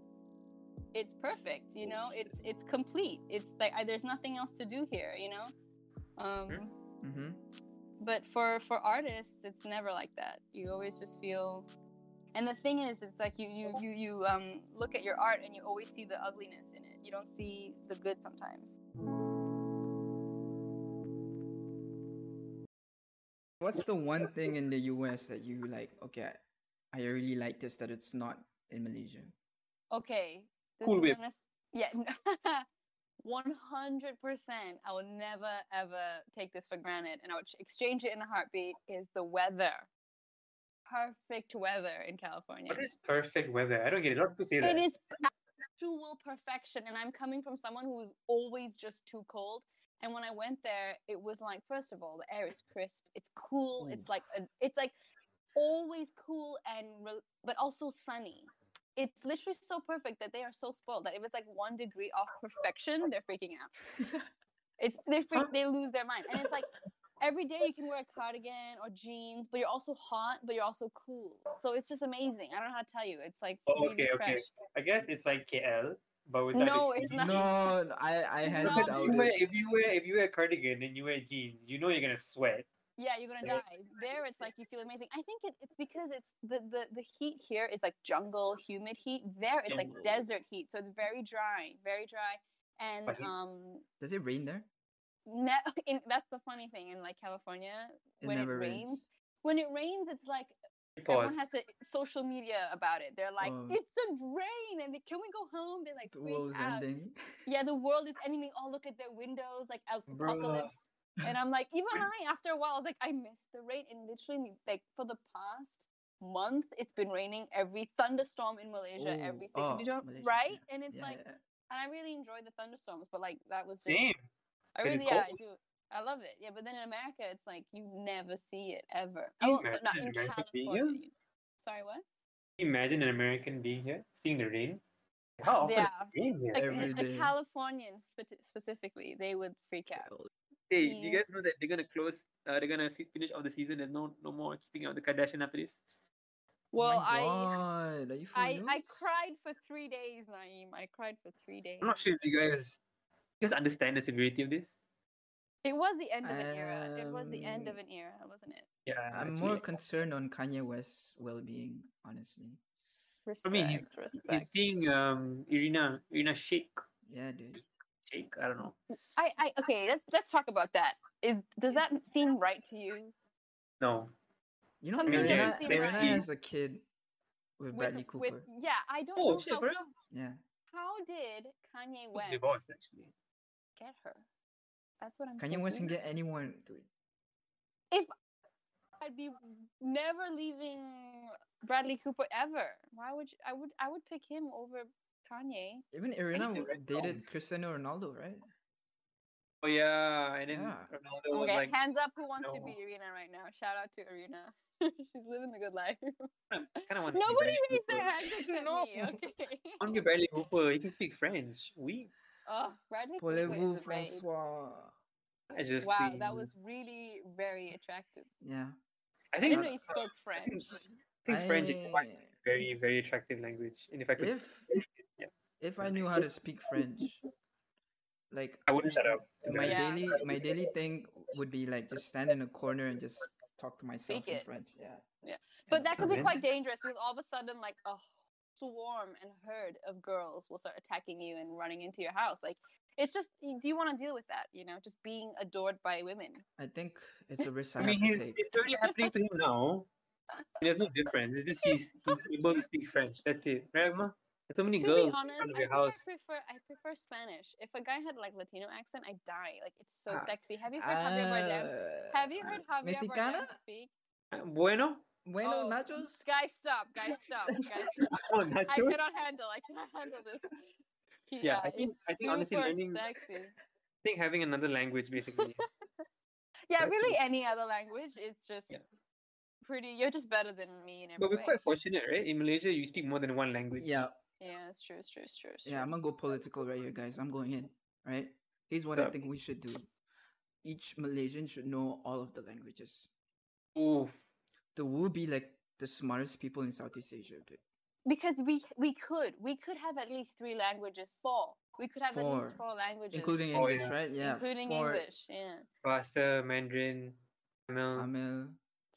Speaker 5: It's perfect. You know, it's it's complete. It's like I, there's nothing else to do here. You know. Um,
Speaker 1: Sure.
Speaker 2: hmm
Speaker 5: but for for artists it's never like that you always just feel and the thing is it's like you you you, you um look at your art and you always see the ugliness in it you don't see the good sometimes
Speaker 2: What's the one thing in the US that you like? Okay, I really like this that it's not in Malaysia.
Speaker 5: okay this
Speaker 1: Cool
Speaker 5: is
Speaker 1: Whip.
Speaker 5: gonna s- yeah 100% i will never ever take this for granted and i would exchange it in a heartbeat is the weather perfect weather in california
Speaker 1: What is perfect weather? I don't get it. Not to say that.
Speaker 5: It is actual perfection. And I'm coming from someone who is always just too cold. And when I went there, it was like, first of all, the air is crisp. It's cool.
Speaker 1: Mm.
Speaker 5: It's like a, it's like always cool and re- but also sunny. It's literally so perfect that they are so spoiled that if it's like one degree off perfection, they're freaking out. It's they freak, they lose their mind, and it's like every day you can wear a cardigan or jeans, but you're also hot, but you're also cool. So it's just amazing. I don't know how to tell you. It's like
Speaker 1: Oh,
Speaker 5: really
Speaker 1: okay, okay.
Speaker 5: fresh.
Speaker 1: I guess it's like KL, but without.
Speaker 5: No,
Speaker 1: the
Speaker 5: it's
Speaker 1: jeans.
Speaker 5: not.
Speaker 2: No, I I had
Speaker 5: No.
Speaker 1: Because if you,
Speaker 2: doubted.
Speaker 1: wear, if you wear if you wear a cardigan and you wear jeans, you know you're gonna sweat.
Speaker 5: Yeah, you're gonna
Speaker 1: Yeah.
Speaker 5: die. There, it's like you feel amazing. I think it, it's because it's the, the the heat here is like jungle, humid heat. There, it's like
Speaker 1: Jungle.
Speaker 5: desert heat, so it's very dry, very dry. And
Speaker 1: But heat.
Speaker 5: um,
Speaker 2: Does it rain there?
Speaker 5: ne- in, that's the funny thing in like California
Speaker 2: It
Speaker 5: when it
Speaker 2: never
Speaker 5: rains. When it rains, it's like
Speaker 1: Pause.
Speaker 5: everyone has to social media about it. They're like,
Speaker 2: Oh.
Speaker 5: "It's the rain," and they, can we go home? They're like,
Speaker 2: The
Speaker 5: freak
Speaker 2: world's
Speaker 5: out.
Speaker 2: ending.
Speaker 5: yeah, the world is ending. They all look at their windows, like al-
Speaker 1: Bruh.
Speaker 5: apocalypse. And I'm like, even I, after a while, I was like, I miss the rain. And literally, like for the past month it's been raining every thunderstorm in malaysia
Speaker 2: Oh,
Speaker 5: every single
Speaker 2: oh,
Speaker 5: you don't
Speaker 2: Malaysia,
Speaker 5: right
Speaker 2: yeah,
Speaker 5: and it's
Speaker 2: yeah,
Speaker 5: like
Speaker 2: yeah.
Speaker 5: and i really enjoy the thunderstorms but like that was just
Speaker 1: Same.
Speaker 5: i
Speaker 1: 'cause it's
Speaker 5: really yeah i
Speaker 1: cold.
Speaker 5: do i love it yeah but then in america it's like you never see it ever
Speaker 1: Can you
Speaker 5: oh so
Speaker 1: imagine
Speaker 5: not
Speaker 1: in
Speaker 5: in
Speaker 1: America being here?
Speaker 5: california sorry what
Speaker 1: Can you imagine an American being here, seeing the rain? How often
Speaker 5: Yeah.
Speaker 1: does it rain here?
Speaker 5: like
Speaker 2: every
Speaker 5: a,
Speaker 2: day.
Speaker 5: a californian spe- specifically they would freak out
Speaker 1: Hey, do you
Speaker 5: Yeah.
Speaker 1: guys know that they're gonna close? Uh, they're gonna se- finish off the season. There's no no more keeping up the Kardashian after this.
Speaker 5: well
Speaker 2: oh my
Speaker 5: i
Speaker 2: God. Are you for
Speaker 5: I, I
Speaker 2: reals?
Speaker 5: cried for three days, Naeem. I cried for three days.
Speaker 1: I'm not sure if you guys you guys understand the severity of this.
Speaker 5: It was the end of an era. It was the end of
Speaker 2: Um,
Speaker 5: an era, wasn't it?
Speaker 1: Yeah,
Speaker 2: I'm
Speaker 1: actually.
Speaker 2: more concerned on Kanye West's well-being, honestly.
Speaker 1: I mean, he's, he's seeing um Irina Irina Shayk
Speaker 2: Yeah, dude.
Speaker 1: Shayk. I don't know.
Speaker 5: I, I okay. Let's let's talk about that. Is, does that seem right to you?
Speaker 1: No,
Speaker 2: You know,
Speaker 5: Something
Speaker 1: doesn't
Speaker 2: Rihanna,
Speaker 1: seem
Speaker 2: Rihanna
Speaker 1: right.
Speaker 2: has a kid with, Bradley Cooper.
Speaker 5: with yeah, I don't
Speaker 1: Oh,
Speaker 5: know
Speaker 1: shit,
Speaker 5: how,
Speaker 1: for real?
Speaker 2: Yeah.
Speaker 5: how did Kanye
Speaker 1: he's
Speaker 5: West
Speaker 1: divorced actually.
Speaker 5: get her? That's what I'm.
Speaker 2: Kanye West can
Speaker 5: thinking.
Speaker 2: get anyone, dude.
Speaker 5: I'd be never leaving Bradley Cooper ever. Why would you, I would I would pick him over Kanye?
Speaker 2: Even Irina
Speaker 1: the
Speaker 2: w-
Speaker 1: red
Speaker 2: dated
Speaker 1: cones.
Speaker 2: Cristiano Ronaldo, right?
Speaker 1: Oh yeah, and then
Speaker 2: Yeah.
Speaker 1: Ronaldo was
Speaker 5: okay,
Speaker 1: like,
Speaker 5: hands up. Who wants to
Speaker 1: no.
Speaker 5: be Irina right now? Shout out to Irina. She's living the good life.
Speaker 1: kind of want
Speaker 5: Nobody raised
Speaker 1: Cooper.
Speaker 5: their hands except
Speaker 2: No.
Speaker 5: me. Okay.
Speaker 1: I want to be Bradley Cooper. He can speak French. We
Speaker 5: Oh, Bradley Cooper is
Speaker 2: Voulez-vous,
Speaker 5: the babe.
Speaker 2: Francois?
Speaker 1: I just
Speaker 5: Wow,
Speaker 1: think-
Speaker 5: that was really very attractive.
Speaker 2: Yeah.
Speaker 1: I
Speaker 5: I
Speaker 1: think
Speaker 5: didn't know you spoke
Speaker 1: I think-
Speaker 5: French.
Speaker 1: I think French is quite
Speaker 2: I-
Speaker 1: very very attractive language, and if I could,
Speaker 2: If
Speaker 1: speak it, yeah,
Speaker 2: if I knew how to speak French, like
Speaker 1: I wouldn't shut up. to be
Speaker 2: my
Speaker 1: honest.
Speaker 5: Yeah.
Speaker 2: daily my daily thing would be like just stand in a corner and just talk to myself
Speaker 5: Speak
Speaker 2: in
Speaker 5: it.
Speaker 2: French. Yeah.
Speaker 5: But that could be
Speaker 1: Okay.
Speaker 5: quite dangerous because all of a sudden, like a swarm and herd of girls will start attacking you and running into your house. Like, it's just, y- do you want to deal with that? You know, just being adored by women.
Speaker 2: I think it's a risk I,
Speaker 1: I mean,
Speaker 2: have to
Speaker 1: he's
Speaker 2: take.
Speaker 1: it's already happening to him now. There's no difference. It's just he's he's able to speak French. That's it, right, Ma? There's so many
Speaker 5: to
Speaker 1: girls
Speaker 5: be honest,
Speaker 1: in front
Speaker 5: I
Speaker 1: of your
Speaker 5: think
Speaker 1: house.
Speaker 5: I prefer I prefer Spanish. If a guy had like Latino accent, I die. Like, it's so
Speaker 1: Ah.
Speaker 5: sexy. Have you heard Javier Bardem?
Speaker 2: Uh,
Speaker 5: Have you heard Javier
Speaker 2: Mexicana?
Speaker 5: Bardem speak?
Speaker 1: Uh, Bueno,
Speaker 2: Bueno,
Speaker 5: Oh,
Speaker 2: nachos.
Speaker 5: Guys, stop! Guys, stop! Guys, stop.
Speaker 1: oh,
Speaker 5: I
Speaker 1: nachos.
Speaker 5: cannot handle. I cannot handle this.
Speaker 1: Yeah, I think-
Speaker 5: it's
Speaker 1: I think honestly
Speaker 5: super
Speaker 1: learning-
Speaker 5: sexy.
Speaker 1: I think having another language basically.
Speaker 5: Yeah,
Speaker 1: Exactly.
Speaker 5: really, any other language is just
Speaker 1: Yeah.
Speaker 5: pretty. You're just better than me in every
Speaker 1: but we're
Speaker 5: way.
Speaker 1: quite fortunate, right? In Malaysia, you speak more than one language.
Speaker 2: Yeah,
Speaker 5: Yeah, it's true. It's true. It's true. It's true.
Speaker 2: yeah. I'm gonna go political right here, guys. I'm going in. Right. Here's what I
Speaker 1: So-
Speaker 2: think we should do. Each Malaysian should know all of the languages.
Speaker 1: Oof.
Speaker 2: The Wu be like the smartest people in Southeast Asia, dude.
Speaker 5: Because we we could we could have at least three languages. Four. We could have at
Speaker 2: Four.
Speaker 5: least four languages,
Speaker 2: Including
Speaker 1: Oh,
Speaker 2: English,
Speaker 1: yeah.
Speaker 2: right? Yeah.
Speaker 5: including
Speaker 2: for
Speaker 5: English. Yeah.
Speaker 1: Bahasa Mandarin, Tamil.
Speaker 2: Tamil.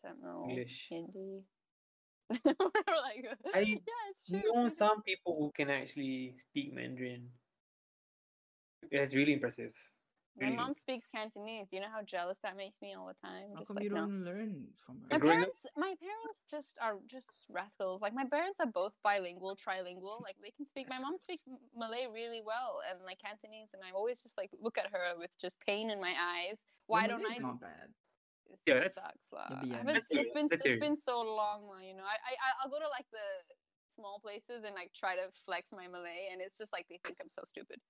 Speaker 5: Tamil,
Speaker 1: English.
Speaker 5: Hindi. We're like,
Speaker 1: I
Speaker 5: yeah, it's true. it's
Speaker 1: know
Speaker 5: really-
Speaker 1: some people who can actually speak Mandarin. It's really impressive.
Speaker 5: My
Speaker 1: really.
Speaker 5: mom speaks Cantonese. Do you know how jealous that makes me all the time?
Speaker 2: How
Speaker 5: Just
Speaker 2: come
Speaker 5: like,
Speaker 2: you
Speaker 5: no.
Speaker 2: don't learn from
Speaker 5: My
Speaker 1: And
Speaker 2: her?
Speaker 1: growing up-
Speaker 5: parents, my parents just are just rascals. Like my parents are both bilingual, trilingual. Like they can speak. My mom speaks M- Malay really well and like Cantonese, and I always just like look at her with just pain in my eyes. Why
Speaker 2: Your
Speaker 5: don't
Speaker 2: Malay's
Speaker 5: I? Do
Speaker 2: not bad.
Speaker 5: this?
Speaker 1: Yeah,
Speaker 5: It
Speaker 1: that's- um,
Speaker 5: sucks, lah.
Speaker 2: be
Speaker 5: I
Speaker 2: honest.
Speaker 5: haven't-
Speaker 1: Let's hear
Speaker 5: It's
Speaker 1: it,
Speaker 5: been
Speaker 1: let's hear
Speaker 5: it's
Speaker 1: it.
Speaker 5: been so long, lah, you know. I, I I- I'll go to like the small places and like try to flex my Malay, and it's just like they think I'm so stupid.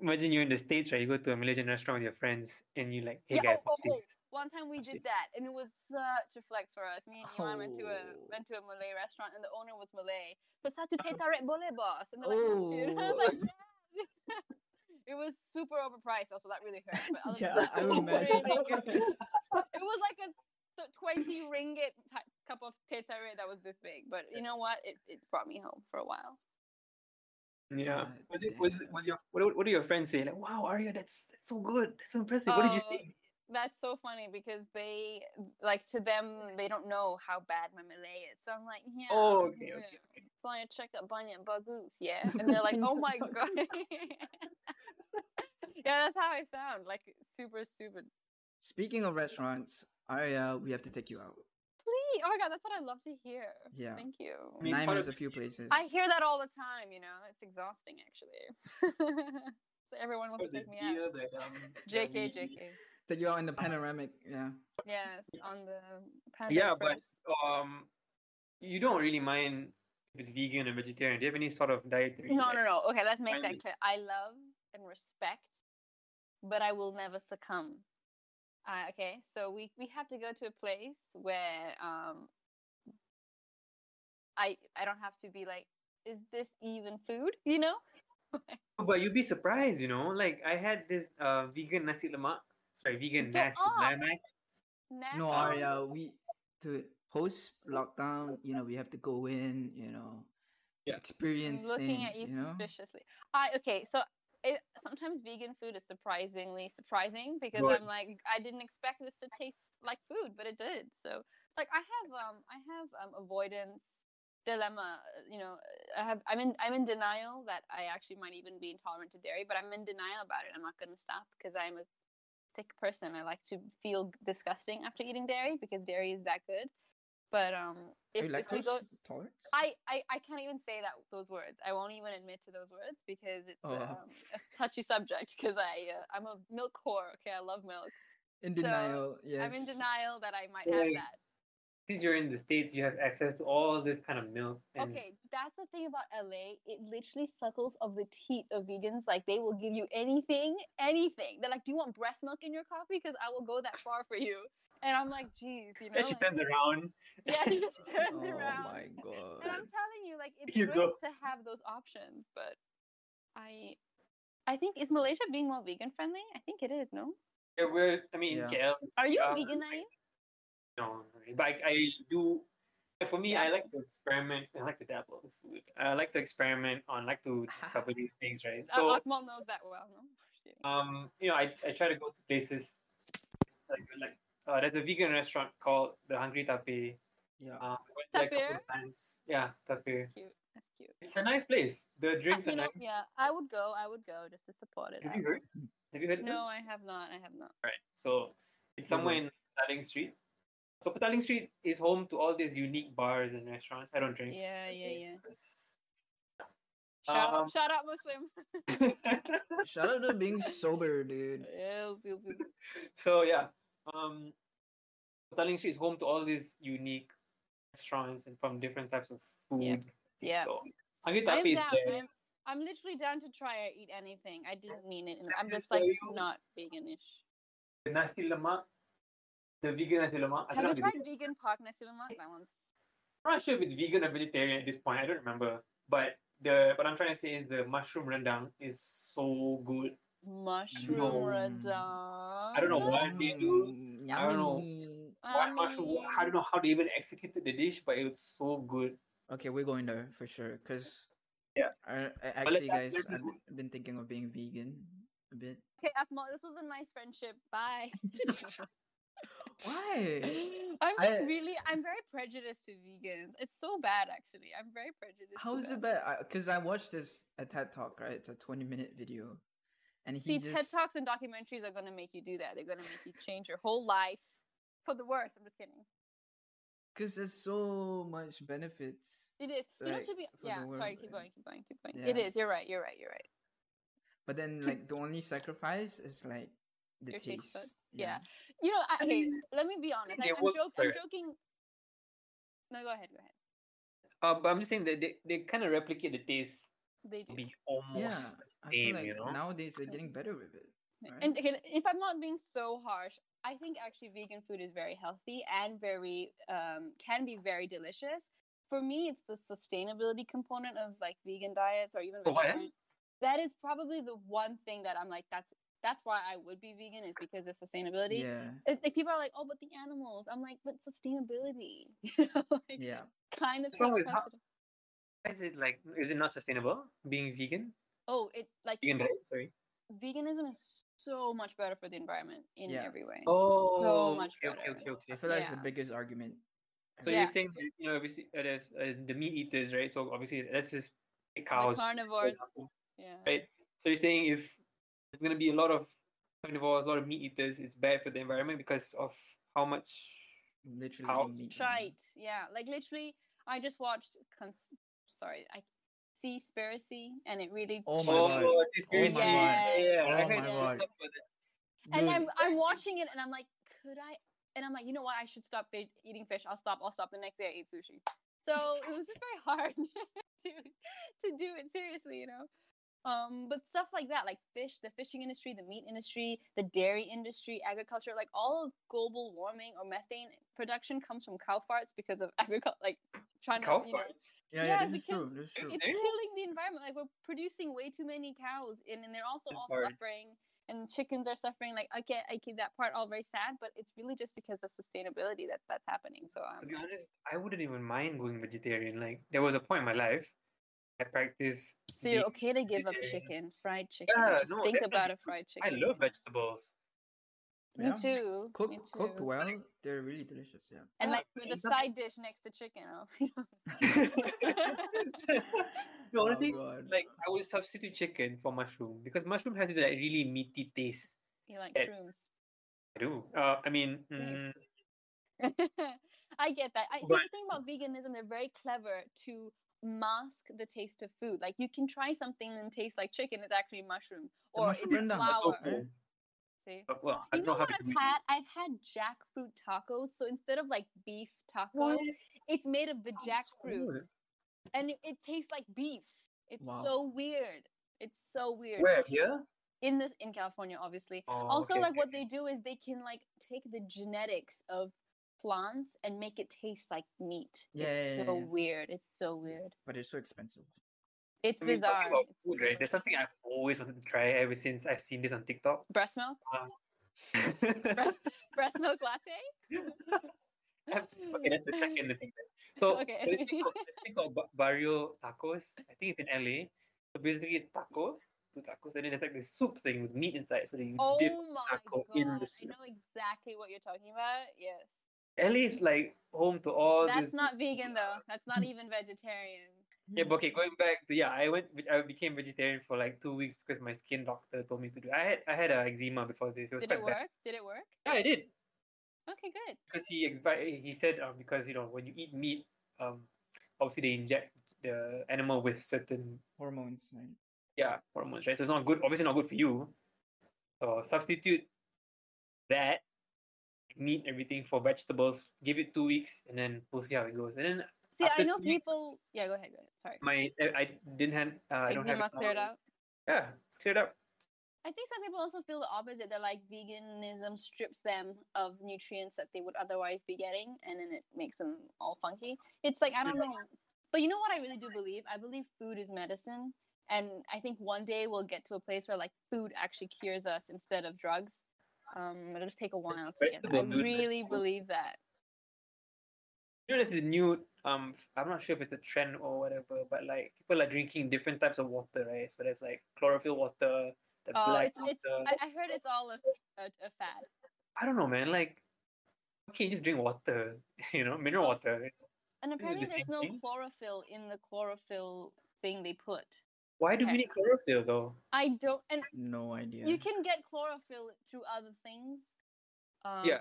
Speaker 1: Imagine you're in the States, right? You go to a Malaysian restaurant with your friends and you like, hey guys,
Speaker 5: Yeah, oh,
Speaker 1: watch
Speaker 5: oh, oh.
Speaker 1: this.
Speaker 5: One time we did
Speaker 1: Jeez.
Speaker 5: that, and it was such a flex for us. Me and Iman went to
Speaker 2: Oh.
Speaker 5: a
Speaker 2: Uh-huh.
Speaker 5: went to a Malay restaurant, and the owner was Malay. So satu teh tarik boleh, eh, boss? And they're like, oh, shit. I was like, yes. it was super overpriced, also that really hurt. But other than
Speaker 2: Yeah,
Speaker 5: that,
Speaker 2: I
Speaker 5: it was
Speaker 2: imagine.
Speaker 5: really good. it was like a th- twenty ringgit type cup of teh tarik that was this big. But you know what? It it brought me home for a while.
Speaker 1: Yeah.
Speaker 5: Uh,
Speaker 2: God
Speaker 1: Was it was it-
Speaker 2: damn.
Speaker 1: was your what, do- what do your friends say? Like, wow, Arya, that's that's so good. That's so impressive. what did you
Speaker 5: Oh,
Speaker 1: say?
Speaker 5: That's so funny because they like to them they don't know how bad my Malay is. So I'm like, yeah. mm-hmm,
Speaker 1: Oh, okay,
Speaker 5: yeah.
Speaker 1: okay, okay.
Speaker 5: So I check up banyak bagus, yeah. And they're like, oh my god. yeah, that's how I sound. Like super stupid.
Speaker 2: Speaking of restaurants, Arya, we have to take you out.
Speaker 5: Please. Oh my god, that's what I love to hear.
Speaker 2: Yeah.
Speaker 5: Thank you.
Speaker 1: I mean, it's
Speaker 2: Nine
Speaker 1: part
Speaker 2: is
Speaker 1: of
Speaker 2: a few places.
Speaker 5: I hear that all the time, you know. It's exhausting actually. so everyone wants
Speaker 1: part
Speaker 5: to
Speaker 1: of the
Speaker 5: take me out.
Speaker 1: deal that, um, that
Speaker 5: JK,
Speaker 1: we-
Speaker 5: JK.
Speaker 2: Take you out in
Speaker 1: Uh-huh.
Speaker 2: the panoramic. Yeah.
Speaker 5: Yes, on the Panda
Speaker 1: Yeah, but
Speaker 5: Express.
Speaker 1: um you don't really mind if it's vegan or vegetarian. Do you have any sort of dietary?
Speaker 5: No,
Speaker 1: like-
Speaker 5: no, no. Okay, let's make that
Speaker 1: kindness.
Speaker 5: clear. I love and respect, but I will never succumb. Uh, okay, so we we have to go to a place where um, I I don't have to be like, is this even food? You know?
Speaker 1: Oh, But you'd be surprised, you know. Like I had this uh vegan nasi lemak. Sorry, vegan
Speaker 5: Get
Speaker 1: nasi
Speaker 5: off.
Speaker 1: lemak.
Speaker 2: No,
Speaker 5: Nah.
Speaker 2: Arya, we to post lockdown, you know, we have to go in, you know,
Speaker 1: Yeah.
Speaker 2: experience
Speaker 5: I'm looking
Speaker 2: things,
Speaker 5: at you,
Speaker 2: know?
Speaker 5: suspiciously. I okay, so it, sometimes vegan food is surprisingly surprising because
Speaker 1: Right.
Speaker 5: I'm like I didn't expect this to taste like food, but it did. So like I have um I have um avoidance dilemma. uh, You know, I have I'm in I'm in denial that I actually might even be intolerant to dairy, but I'm in denial about it. I'm not going to stop because I'm a sick person. I like to feel disgusting after eating dairy because dairy is that good. But um,
Speaker 2: Are
Speaker 5: if,
Speaker 2: you
Speaker 5: if we go,
Speaker 2: lactose intolerant?
Speaker 5: I, I I can't even say that those words. I won't even admit to those words because it's
Speaker 2: Oh.
Speaker 5: um, a touchy subject. Because I uh, I'm a milk whore. Okay, I love milk.
Speaker 2: in
Speaker 5: so,
Speaker 2: denial, yes.
Speaker 5: I'm in denial that I might
Speaker 1: Like,
Speaker 5: have that.
Speaker 1: Since you're in the states, you have access to all this kind of milk. And
Speaker 5: Okay, that's the thing about LA. It literally suckles of the teat of vegans. Like they will give you anything, anything. They're like, "Do you want breast milk in your coffee? Because I will go that far for you." And I'm like, "Geez, you know."
Speaker 1: then she
Speaker 5: like-
Speaker 1: turns around.
Speaker 5: yeah, she just turns
Speaker 2: Oh
Speaker 5: around.
Speaker 2: my god.
Speaker 5: And I'm telling you, like it's
Speaker 1: You
Speaker 5: great
Speaker 1: go.
Speaker 5: to have those options, but I, I think is Malaysia being more vegan friendly? I think it is. No,
Speaker 1: Yeah, we're. I mean,
Speaker 2: Yeah.
Speaker 1: KL.
Speaker 5: are you
Speaker 1: Yeah,
Speaker 5: vegan?
Speaker 1: I-
Speaker 5: Are you?
Speaker 1: No, but I, I do. For me, I like to experiment. I like to dabble with food. I like to experiment on, like to discover these things, right? So,
Speaker 5: uh, Akmal knows that well. No, Just kidding.
Speaker 1: um, you know, I, I try to go to places like like uh, there's a vegan restaurant called the Hungry Tape.
Speaker 2: yeah.
Speaker 1: Uh, I went there a couple
Speaker 5: Tapir?
Speaker 1: of times. Yeah, Tapir.
Speaker 5: that's cute. That's cute.
Speaker 1: It's a nice place. The
Speaker 5: Uh,
Speaker 1: drinks
Speaker 5: you
Speaker 1: are
Speaker 5: know,
Speaker 1: nice.
Speaker 5: yeah, I would go. I would go just to support it.
Speaker 1: Have
Speaker 5: I
Speaker 1: you
Speaker 5: would.
Speaker 1: heard? Have you heard? of it?
Speaker 5: No, I have not. I have not.
Speaker 1: Right. So it's
Speaker 2: No,
Speaker 1: somewhere
Speaker 2: no.
Speaker 1: in Petaling Street. So Petaling Street is home to all these unique bars and restaurants. I don't drink.
Speaker 5: Yeah, yeah, yeah. Shout,
Speaker 1: Um,
Speaker 5: out, shout out, Muslim.
Speaker 2: Shout out to being sober, dude.
Speaker 5: Yes, yes, yes.
Speaker 1: so yeah, um, Petaling Street is home to all these unique restaurants and from different types of food.
Speaker 5: Yep. Yeah.
Speaker 1: So Hungry
Speaker 5: I'm
Speaker 1: Tappy is
Speaker 5: down.
Speaker 1: there.
Speaker 5: I'm, I'm literally down to try or eat anything. I didn't mean it. and
Speaker 1: Can I
Speaker 5: I'm
Speaker 1: just
Speaker 5: just like
Speaker 1: tell you-
Speaker 5: not veganish.
Speaker 1: The nasi lemak, the vegan nasi lemak. I
Speaker 5: Have
Speaker 1: don't
Speaker 5: you
Speaker 1: know if
Speaker 5: tried vegan pork nasi lemak? That one's
Speaker 1: I'm not sure if it's vegan or vegetarian at this point. I don't remember. But the what I'm trying to say is the mushroom rendang is so good.
Speaker 5: mushroom
Speaker 1: know.
Speaker 5: radang.
Speaker 1: Mm. I don't know what they do.
Speaker 2: Mm,
Speaker 1: I don't know.
Speaker 2: yummy.
Speaker 1: What mushroom? I don't know how they even executed the dish, but it was so good.
Speaker 2: Okay, we're going there for sure. Cause
Speaker 1: Yeah.
Speaker 2: I, I
Speaker 1: But let's
Speaker 2: actually,
Speaker 1: have-
Speaker 2: guys,
Speaker 1: let's
Speaker 2: I've
Speaker 1: just-
Speaker 2: I've been thinking of being vegan a bit.
Speaker 5: Okay, Akmal, this was a nice friendship. Bye.
Speaker 2: Why?
Speaker 5: I'm just
Speaker 2: I-
Speaker 5: really, I'm very prejudiced to vegans. It's so bad, actually. I'm very prejudiced.
Speaker 2: How
Speaker 5: to
Speaker 2: is
Speaker 5: them.
Speaker 2: it bad? Because I, watched this a TED talk, right? It's a twenty-minute video, and he
Speaker 5: See,
Speaker 2: just
Speaker 5: TED Talks and documentaries are going to make you do that. They're going to make you change your whole life for the worse. I'm just kidding.
Speaker 2: because there's so much benefits,
Speaker 5: It is. you know,
Speaker 2: Like,
Speaker 5: to be,
Speaker 2: for the
Speaker 5: yeah, sorry,
Speaker 2: world,
Speaker 5: keep
Speaker 2: eh?
Speaker 5: going, keep going, keep going. It
Speaker 2: Yeah.
Speaker 5: is. You're right, you're right, you're right.
Speaker 2: but then like the only sacrifice is like the
Speaker 5: Your taste
Speaker 2: taste.
Speaker 5: bud. Yeah. You know, I, okay, let me be honest. I,
Speaker 1: it
Speaker 5: I'm,
Speaker 1: works
Speaker 5: joke,
Speaker 1: for
Speaker 5: I'm
Speaker 1: it.
Speaker 5: joking. No, go ahead, go ahead.
Speaker 1: Uh, but I'm just saying that they, they kind of replicate the taste
Speaker 5: They do.
Speaker 1: to be almost
Speaker 2: yeah.
Speaker 1: the
Speaker 2: I feel
Speaker 1: same,
Speaker 2: like
Speaker 1: you know.
Speaker 2: nowadays they're getting better with it. right?
Speaker 5: And again, if I'm not being so harsh, I think actually vegan food is very healthy and very um, can be very delicious. For me, it's the sustainability component of like vegan diets or even
Speaker 1: Oh, what?
Speaker 5: vegetarian. That is probably the one thing that I'm like that's that's why I would be vegan is because of sustainability.
Speaker 2: Yeah.
Speaker 5: It's like people are like, oh, but the animals. I'm like, but sustainability, you know, like,
Speaker 2: Yeah.
Speaker 5: kind of.
Speaker 1: So
Speaker 5: takes
Speaker 1: is how-
Speaker 5: precedent.
Speaker 1: Why Is it like is it not sustainable being vegan?
Speaker 5: oh, it's like
Speaker 1: Vegan diet, sorry.
Speaker 5: veganism is so much better for the environment in
Speaker 2: Yeah.
Speaker 5: every way.
Speaker 1: Oh,
Speaker 5: much
Speaker 1: okay, okay,
Speaker 5: better.
Speaker 1: okay, okay.
Speaker 2: I feel like it's
Speaker 5: Yeah.
Speaker 2: the biggest argument.
Speaker 1: So
Speaker 5: Yeah.
Speaker 1: you're saying that, you know obviously uh, there's, uh, the meat eaters, right? So obviously let's just take
Speaker 5: the
Speaker 1: cows. for
Speaker 5: carnivores,
Speaker 1: example.
Speaker 5: yeah.
Speaker 1: right? So you're saying if there's gonna be a lot of carnivores, a lot of meat eaters, it's bad for the environment because of how much.
Speaker 2: literally
Speaker 1: How-
Speaker 2: eating meat, man.
Speaker 5: Shite. Yeah. Like literally, I just watched. Cons- sorry, I see Spiracy, and it really.
Speaker 2: Oh my
Speaker 5: shook
Speaker 2: God.
Speaker 5: me.
Speaker 1: it's
Speaker 2: Oh
Speaker 1: conspiracy.
Speaker 2: my
Speaker 1: yeah,
Speaker 5: God.
Speaker 1: yeah, yeah. I
Speaker 2: Oh
Speaker 1: heard
Speaker 2: my
Speaker 1: you
Speaker 2: God.
Speaker 1: talk about that.
Speaker 5: And
Speaker 2: Dude,
Speaker 5: I'm I'm watching it, and I'm like, could I? And I'm like, you know what? I should stop fi- eating fish. I'll stop. I'll stop the next day. I eat sushi. So it was just very hard to to do it seriously, you know. Um, but stuff like that, like fish, the fishing industry, the meat industry, the dairy industry, agriculture, like all of global warming or methane production comes from cow farts because of agriculture, like trying
Speaker 1: Cow
Speaker 5: to you know,
Speaker 1: farts.
Speaker 2: Yeah, yeah,
Speaker 5: Yeah,
Speaker 2: this is
Speaker 5: because
Speaker 2: true. This is true.
Speaker 1: it's
Speaker 5: it's
Speaker 1: Serious?
Speaker 5: killing the environment. Like we're producing way too many cows, and, and they're also
Speaker 1: And
Speaker 5: all
Speaker 1: farts.
Speaker 5: suffering, and chickens are suffering. Like I get, I get that part all very sad, but it's really just because of sustainability that that's happening. So
Speaker 1: To
Speaker 5: um,
Speaker 1: be honest, I wouldn't even mind going vegetarian. Like there was a point in my life I practiced.
Speaker 5: so you're
Speaker 1: being-
Speaker 5: okay to give up
Speaker 1: Yeah.
Speaker 5: chicken, fried chicken.
Speaker 1: Yeah,
Speaker 5: just
Speaker 1: no,
Speaker 5: think
Speaker 1: definitely.
Speaker 5: about a fried
Speaker 1: I
Speaker 5: chicken.
Speaker 1: love vegetables.
Speaker 5: Me
Speaker 2: Yeah.
Speaker 5: too.
Speaker 2: Cook,
Speaker 5: me too.
Speaker 2: cooked well, they're really delicious. Yeah.
Speaker 5: And
Speaker 1: Yeah,
Speaker 5: like
Speaker 1: for
Speaker 5: with a
Speaker 1: example-
Speaker 5: side dish next to chicken.
Speaker 1: No, honestly,
Speaker 2: Oh, God.
Speaker 1: like I would substitute chicken for mushroom because mushroom has that really meaty taste.
Speaker 5: you like
Speaker 1: Yeah.
Speaker 5: shrooms.
Speaker 1: I do. Uh, I mean, mm,
Speaker 5: I get that. I see
Speaker 1: But-
Speaker 5: the thing about veganism, they're very clever to mask the taste of food. Like you can try something and taste like chicken, it's actually mushroom
Speaker 2: The
Speaker 5: or
Speaker 2: mushroom
Speaker 5: it's
Speaker 2: rendang.
Speaker 5: flour.
Speaker 1: tofu.
Speaker 5: See?
Speaker 1: Uh, well, I
Speaker 5: You
Speaker 1: don't
Speaker 5: know
Speaker 1: know how
Speaker 5: what
Speaker 1: to
Speaker 5: I've
Speaker 1: do
Speaker 5: had? I've had jackfruit tacos. So instead of like beef tacos,
Speaker 1: it.
Speaker 5: it's made of the
Speaker 1: Sounds so
Speaker 5: jackfruit,
Speaker 1: weird.
Speaker 5: and it, it tastes like beef. It's
Speaker 2: Wow.
Speaker 5: so weird. It's so weird.
Speaker 1: Where here?
Speaker 5: In this, in California, obviously.
Speaker 1: Oh,
Speaker 5: also
Speaker 1: okay,
Speaker 5: like
Speaker 1: okay.
Speaker 5: what they do is they can like take the genetics of plants and make it taste like meat
Speaker 2: Yeah,
Speaker 5: it's
Speaker 2: yeah,
Speaker 5: so
Speaker 2: yeah.
Speaker 5: weird it's so weird
Speaker 2: But it's so expensive.
Speaker 5: it's
Speaker 1: I mean, talking
Speaker 5: bizarre
Speaker 1: about
Speaker 5: It's
Speaker 1: food,
Speaker 5: so
Speaker 1: right? There's
Speaker 5: weird.
Speaker 1: something I've always wanted to try ever since I've seen this on TikTok.
Speaker 5: breast milk breast, breast milk latte
Speaker 1: okay, that's the second thing. then. So
Speaker 5: Okay.
Speaker 1: there's this thing called, this thing called ba- barrio tacos. I think it's in LA. So basically, it's tacos, two tacos, and then there's like this soup thing with meat inside. So they
Speaker 5: oh
Speaker 1: dip.
Speaker 5: my
Speaker 1: taco
Speaker 5: god
Speaker 1: in the
Speaker 5: i
Speaker 1: soup.
Speaker 5: know exactly what you're talking about yes
Speaker 1: LA is like home to all this.
Speaker 5: that's not vegan though that's not even vegetarian
Speaker 1: Yeah, but okay, going back to yeah, I went. I became vegetarian for like two weeks because my skin doctor told me to do. I had I had a eczema before this. It was
Speaker 5: did
Speaker 1: quite
Speaker 5: it
Speaker 1: bad.
Speaker 5: work did it work
Speaker 1: Yeah, I did.
Speaker 5: okay good
Speaker 1: because he expi- he said um, because you know when you eat meat um obviously they inject the animal with certain
Speaker 2: Hormones. Right?
Speaker 1: yeah hormones right so it's not good obviously not good for you so substitute that meat everything for vegetables give it two weeks and then we'll see how it goes and then
Speaker 5: see
Speaker 1: After
Speaker 5: i know
Speaker 1: two weeks-
Speaker 5: people yeah go ahead go ahead sorry
Speaker 1: my i, I didn't have uh, i don't have it
Speaker 5: eczema
Speaker 1: now.
Speaker 5: cleared out
Speaker 1: yeah it's cleared up
Speaker 5: I think some people also feel the opposite that like veganism strips them of nutrients that they would otherwise be getting and then it makes them all funky. It's like I don't know. But you know what I really do believe? I believe food is medicine and I think one day we'll get to a place where like food actually cures us instead of drugs. Um it'll just take a while to get there. I
Speaker 1: vegetables, dude,
Speaker 5: really
Speaker 1: vegetables.
Speaker 5: believe that.
Speaker 1: you know there's a new um i'm not sure if it's a trend or whatever but like people are drinking different types of water right so there's like chlorophyll water the
Speaker 5: Oh,
Speaker 1: black
Speaker 5: it's it's
Speaker 1: water.
Speaker 5: I, I heard it's all a, a, a fad.
Speaker 1: I don't know, man. Like, okay, just drink water, you know, mineral
Speaker 5: Yes.
Speaker 1: water. Isn't
Speaker 5: And
Speaker 1: it
Speaker 5: apparently
Speaker 1: the
Speaker 5: there's
Speaker 1: same
Speaker 5: no
Speaker 1: thing?
Speaker 5: chlorophyll in the chlorophyll thing they put.
Speaker 1: Why do
Speaker 5: Okay.
Speaker 1: we need chlorophyll though?
Speaker 5: I don't and
Speaker 2: No idea.
Speaker 5: you can get chlorophyll through other things. Um,
Speaker 1: Yeah.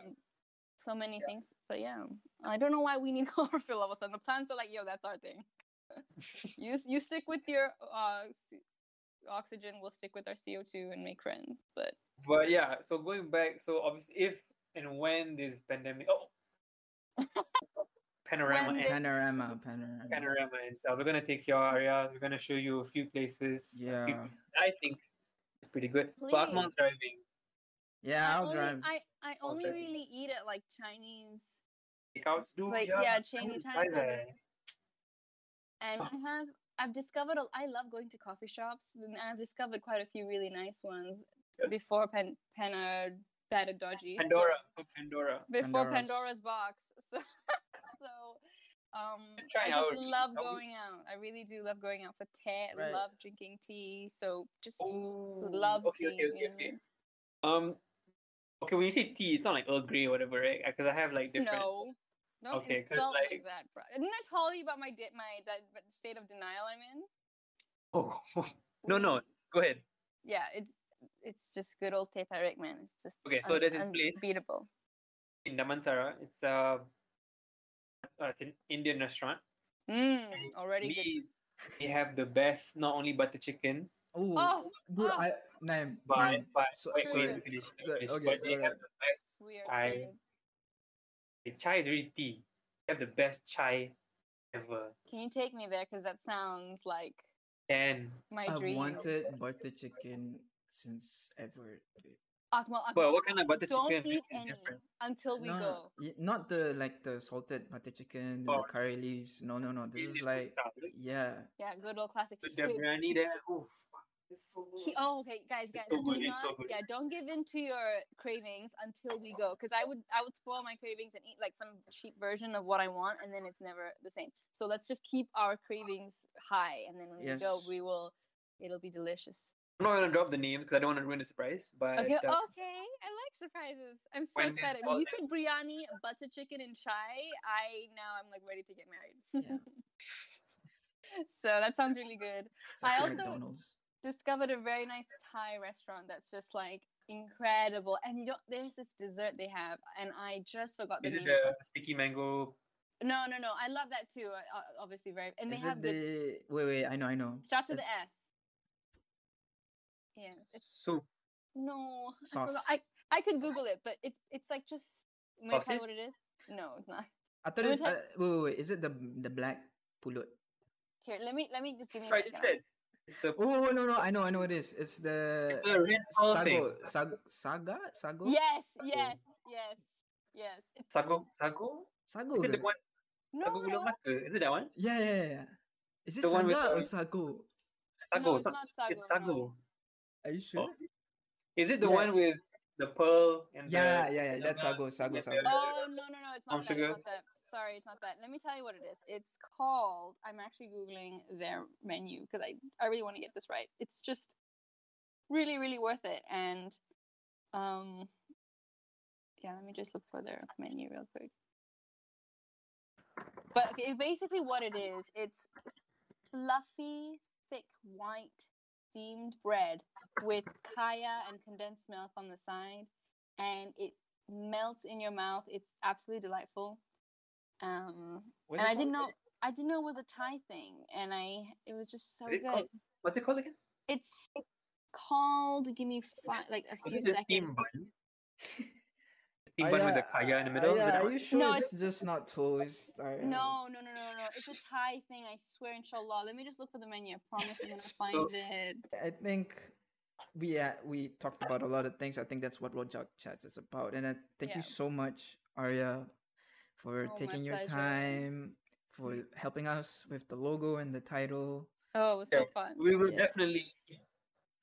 Speaker 5: So many things, but yeah, I don't know why we need chlorophyll all of a sudden. The plants are like, yo, that's our thing. you s- you stick with your uh, s- oxygen, we'll stick with our CO two and make friends. But
Speaker 1: But yeah, so going back, so obviously, if and when this pandemic, oh, panorama,
Speaker 5: When
Speaker 1: and,
Speaker 5: this-
Speaker 2: panorama, panorama.
Speaker 1: panorama ends, uh, we're gonna take your area. We're gonna show you a few places. a few
Speaker 2: Yeah.
Speaker 1: places I think it's pretty good. But I'm not
Speaker 5: Please.
Speaker 1: driving.
Speaker 2: Yeah,
Speaker 5: I
Speaker 2: I'll
Speaker 5: only,
Speaker 2: drive.
Speaker 5: I, I
Speaker 1: I'll
Speaker 5: only
Speaker 1: drive.
Speaker 5: really eat at like Chinese,
Speaker 1: Takeouts, do
Speaker 5: like
Speaker 1: yeah.
Speaker 5: yeah,
Speaker 1: I
Speaker 5: Chinese
Speaker 1: would
Speaker 5: Chinese
Speaker 1: buy that.
Speaker 5: places. And I have I've discovered a- I love going to coffee shops and I've discovered quite a few really nice ones
Speaker 1: Yeah.
Speaker 5: before Pen Penna had a dodgy so-
Speaker 1: Pandora, oh, Pandora.
Speaker 5: before
Speaker 2: Pandora's.
Speaker 5: Pandora's box. So so um
Speaker 1: Been trying
Speaker 5: I just
Speaker 1: out recently,
Speaker 5: love
Speaker 1: haven't we?
Speaker 5: going out. I really do love going out for tea. I
Speaker 2: Right.
Speaker 5: love drinking tea. So just
Speaker 1: Oh,
Speaker 5: love
Speaker 1: okay,
Speaker 5: tea.
Speaker 1: okay, okay,
Speaker 5: you know?
Speaker 1: okay. Um, okay. When you say tea, it's not like Earl Grey or whatever, right? Because I have like different.
Speaker 5: No. Don't
Speaker 1: Okay, 'cause,
Speaker 5: insult like,
Speaker 1: like-
Speaker 5: that, bro. Didn't I tell you about my di- my that state of denial I'm in?
Speaker 1: Oh, no, no. Go ahead.
Speaker 5: yeah, it's it's just good old Teh Tarik, man. It's just
Speaker 1: Okay, so there's this place-
Speaker 5: unbeatable.
Speaker 1: in Damansara. It's a uh, it's an Indian restaurant.
Speaker 5: Mm, already good.
Speaker 1: We, they have the best not only butter chicken,
Speaker 2: Ooh,
Speaker 5: Oh,
Speaker 2: dude,
Speaker 5: oh.
Speaker 2: I name.
Speaker 1: but
Speaker 2: name.
Speaker 1: but
Speaker 2: So-
Speaker 1: wait,
Speaker 5: so
Speaker 1: wait,
Speaker 5: the-
Speaker 1: let me finish. let me
Speaker 2: so-
Speaker 1: finish.
Speaker 2: okay,
Speaker 1: but they have
Speaker 2: alright.
Speaker 1: the best
Speaker 5: We are
Speaker 1: chai.
Speaker 5: good.
Speaker 1: the chai is really tea. They have the best chai Ever.
Speaker 5: Can you take me there? Because that sounds like
Speaker 1: Can.
Speaker 5: my
Speaker 2: I've
Speaker 5: dream.
Speaker 2: wanted butter chicken since ever. dude.
Speaker 5: Akmal, Akmal,
Speaker 1: Well, what kind of butter
Speaker 5: don't
Speaker 1: chicken
Speaker 5: eat
Speaker 1: makes it
Speaker 5: any
Speaker 1: different?
Speaker 5: until we
Speaker 2: no,
Speaker 5: go.
Speaker 2: y- not the like the salted butter chicken, with
Speaker 1: Oh.
Speaker 2: the curry leaves. No, no, no. This
Speaker 1: Is
Speaker 2: is
Speaker 1: it
Speaker 2: like
Speaker 1: garlic?
Speaker 2: yeah.
Speaker 5: Yeah, good old classic.
Speaker 1: With the
Speaker 5: Wait,
Speaker 1: biryani there, oof, it's so good.
Speaker 5: He, oh, okay, guys,
Speaker 1: It's
Speaker 5: guys,
Speaker 1: so
Speaker 5: do
Speaker 1: good, it's
Speaker 5: not,
Speaker 1: so good.
Speaker 5: yeah, don't give in to your cravings until we go, because I would, I would spoil my cravings and eat like some cheap version of what I want, and then it's never the same. So let's just keep our cravings high, and then when we go,
Speaker 2: Yes.
Speaker 5: we will, it'll be delicious.
Speaker 1: I'm not gonna drop the names because I don't want to ruin the surprise. But
Speaker 5: Okay,
Speaker 1: uh,
Speaker 5: okay, I like surprises. I'm so
Speaker 1: when this
Speaker 5: excited. When you
Speaker 1: all
Speaker 5: said biryani, butter chicken, and chai, I now I'm like ready to get married.
Speaker 2: Yeah.
Speaker 5: so that sounds really good.
Speaker 2: it's
Speaker 5: I
Speaker 2: actually
Speaker 5: also-
Speaker 2: McDonald's.
Speaker 5: discovered a very nice Thai restaurant that's just like incredible. And you don't there's this dessert they have, and I just forgot the
Speaker 1: is it
Speaker 5: name.
Speaker 1: the sticky mango?
Speaker 5: No, no, no. I love that too. uh, uh, Obviously, very. And they
Speaker 2: Is
Speaker 5: have
Speaker 2: it
Speaker 5: good.
Speaker 2: the wait wait I know I know
Speaker 5: Starts with the
Speaker 2: It's
Speaker 5: S. Yeah. it's-
Speaker 1: soup?
Speaker 5: No, I
Speaker 2: sauce.
Speaker 5: forgot. I I could Google it, but it's it's like just. May I tell you
Speaker 1: Sausage?
Speaker 5: what it is? No, it's not.
Speaker 2: I thought it
Speaker 5: it was
Speaker 2: was, uh,
Speaker 5: like-
Speaker 2: wait, wait, wait, is it the the black pulut?
Speaker 5: Here, let me let me just give me.
Speaker 1: Right,
Speaker 5: a
Speaker 1: it's
Speaker 5: second.
Speaker 1: it. It's the
Speaker 2: Oh no no, I know I know it is.
Speaker 1: it's
Speaker 2: It's the
Speaker 1: the red ball thing.
Speaker 2: sago sag, saga sago.
Speaker 5: Yes,
Speaker 1: Oh.
Speaker 5: yes, yes, yes. It's
Speaker 1: Sago, sago.
Speaker 2: sago.
Speaker 1: Is it the
Speaker 2: ke?
Speaker 1: one?
Speaker 5: no,
Speaker 1: Sago
Speaker 5: no,
Speaker 1: gula mata. Is it that one?
Speaker 2: Yeah yeah yeah. Is it
Speaker 1: The
Speaker 2: saga
Speaker 1: one with
Speaker 2: or
Speaker 1: the-
Speaker 2: sago?
Speaker 5: no,
Speaker 1: Sago.
Speaker 5: it's
Speaker 1: sa-
Speaker 5: not sago.
Speaker 1: it's sago.
Speaker 5: no.
Speaker 2: Are you sure?
Speaker 1: Oh, Is it the
Speaker 2: Yeah.
Speaker 1: one with the pearl and
Speaker 2: Yeah
Speaker 1: the?
Speaker 2: yeah yeah. That's
Speaker 1: banana
Speaker 2: sago sago
Speaker 1: and the-
Speaker 2: sago.
Speaker 5: Oh no no no! It's not
Speaker 1: Palm
Speaker 5: that.
Speaker 1: sugar.
Speaker 5: It's not that. Sorry, it's not that. Let me tell you what it is. It's called. I'm actually googling their menu because I I really want to get this right. It's just really really worth it. And um, yeah. Let me just look for their menu real quick. But okay, basically, what it is, it's fluffy, thick, white steamed bread with kaya and condensed milk on the side, and it melts in your mouth. It's absolutely delightful. Um,
Speaker 2: What
Speaker 5: and
Speaker 2: is it
Speaker 5: I didn't know
Speaker 2: called
Speaker 5: I didn't know it was a Thai thing, and I it was just so
Speaker 1: Is it
Speaker 5: good.
Speaker 1: called- What's it called again?
Speaker 5: It's called. Give me five, like a
Speaker 1: Is
Speaker 5: few
Speaker 1: it the
Speaker 5: seconds.
Speaker 1: steam bun? Steam bun
Speaker 2: Ah,
Speaker 1: with
Speaker 2: yeah,
Speaker 1: the kaya in the
Speaker 2: ah,
Speaker 1: middle. Is
Speaker 2: yeah,
Speaker 1: it that
Speaker 2: are
Speaker 1: one?
Speaker 2: you sure
Speaker 5: No,
Speaker 2: it's just not toast? Alright, alright.
Speaker 5: No, no, no, no, no. It's a Thai thing. I swear, inshallah. Let me just look for the menu. I promise I'm gonna find it.
Speaker 2: I think we uh, we talked about a lot of things. I think that's what Rojak Chats is about. And I thank
Speaker 5: Yeah.
Speaker 2: you so much, Arya, for
Speaker 5: Oh, my
Speaker 2: taking your
Speaker 5: pleasure.
Speaker 2: time, for helping us with the logo and the title.
Speaker 5: Oh, it was so
Speaker 1: Yeah.
Speaker 5: fun.
Speaker 1: We will
Speaker 2: Yeah.
Speaker 1: definitely.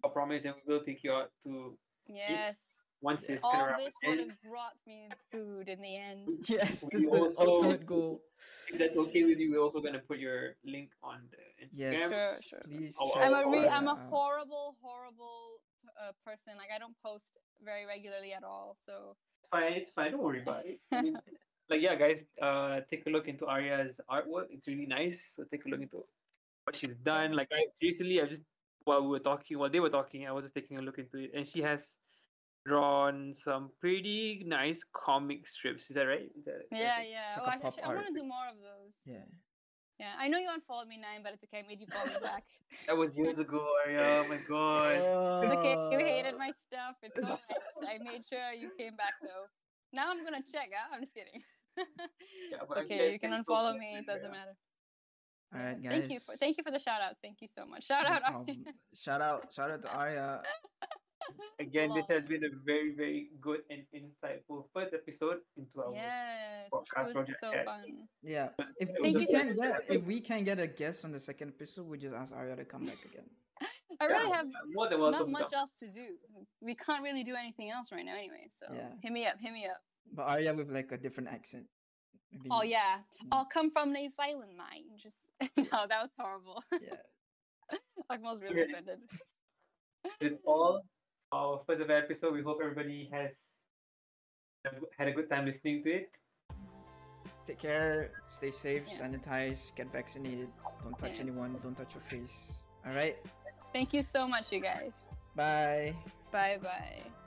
Speaker 1: I promise, and we will take you out to
Speaker 5: Yes.
Speaker 1: once
Speaker 2: Yeah.
Speaker 1: this
Speaker 5: All
Speaker 1: panorama
Speaker 5: this would
Speaker 1: ends.
Speaker 5: have brought me food in the end.
Speaker 2: Yes,
Speaker 1: We
Speaker 2: this is the
Speaker 1: also-
Speaker 2: ultimate goal.
Speaker 1: If that's okay with you, we're also gonna put your link on the
Speaker 2: Yes,
Speaker 1: Instagram.
Speaker 5: Sure, sure.
Speaker 2: please.
Speaker 1: Our-
Speaker 2: check
Speaker 5: I'm
Speaker 1: Oh,
Speaker 5: a re-
Speaker 1: yeah.
Speaker 5: I'm a
Speaker 2: Arya out.
Speaker 5: horrible, horrible uh, person. Like I don't post very regularly at all. So
Speaker 1: It's fine. It's fine. Don't worry about it. I mean, like yeah, guys, uh, take a look into Arya's artwork. It's really nice. So take a look into what she's done. Like I recently, I just while we were talking, while they were talking, I was just taking a look into it, and she has drawn some pretty nice comic strips. Is that right? Is that,
Speaker 5: yeah,
Speaker 2: like
Speaker 5: yeah. Oh,
Speaker 2: a
Speaker 5: I,
Speaker 2: pop
Speaker 5: actually, I want to
Speaker 2: art.
Speaker 5: do more of those.
Speaker 2: Yeah.
Speaker 5: Yeah, I know you unfollowed me nine, but it's okay. I made you follow me back.
Speaker 1: That was years ago, Arya. Oh my god.
Speaker 5: It's okay. You hated
Speaker 2: Uh,
Speaker 5: my stuff. It's alright. I made sure you came back though. Now I'm gonna check. Huh? I'm just kidding.
Speaker 1: Yeah,
Speaker 5: It's
Speaker 1: but I mean,
Speaker 5: okay.
Speaker 1: that-
Speaker 5: You can
Speaker 1: that's so
Speaker 5: unfollow
Speaker 1: much
Speaker 5: me. It
Speaker 1: better,
Speaker 5: doesn't
Speaker 1: yeah.
Speaker 5: matter.
Speaker 2: All right, guys.
Speaker 5: Yeah. Thank you for thank you for the shout out. Thank you so much. Shout
Speaker 2: No
Speaker 5: out. Ari.
Speaker 2: problem. Shout out, shout out to Arya.
Speaker 1: Again, this
Speaker 5: Lol.
Speaker 1: has been a very, very good and insightful first episode into our
Speaker 5: Yes,
Speaker 1: podcast
Speaker 5: it was
Speaker 1: project
Speaker 5: so
Speaker 1: has-
Speaker 5: fun.
Speaker 2: Yeah. If,
Speaker 1: It
Speaker 2: if
Speaker 5: was
Speaker 2: we
Speaker 5: a-
Speaker 2: can get if we can get a guest on the second episode, we just ask Arya to come back again.
Speaker 5: I really
Speaker 1: Yeah,
Speaker 5: have
Speaker 1: more than welcome.
Speaker 5: not much
Speaker 1: Dom.
Speaker 5: else to do. We can't really do anything else right now, anyway. So
Speaker 2: Yeah.
Speaker 5: hit me up, hit me up.
Speaker 2: But Arya with like a different accent. Maybe-
Speaker 5: Oh yeah,
Speaker 2: Mm.
Speaker 5: I'll come from New Zealand, mate. Just no, that was horrible.
Speaker 2: Yeah.
Speaker 5: Akmal's really
Speaker 1: Okay.
Speaker 5: offended.
Speaker 1: It's all for our first ever episode. We hope everybody has had a good time listening to it.
Speaker 2: Take care, stay safe,
Speaker 5: Yeah.
Speaker 2: sanitize, get vaccinated, don't touch
Speaker 5: Yeah.
Speaker 2: anyone, don't touch your face. All right.
Speaker 5: Thank you so much, you guys.
Speaker 2: Bye.
Speaker 5: Bye bye.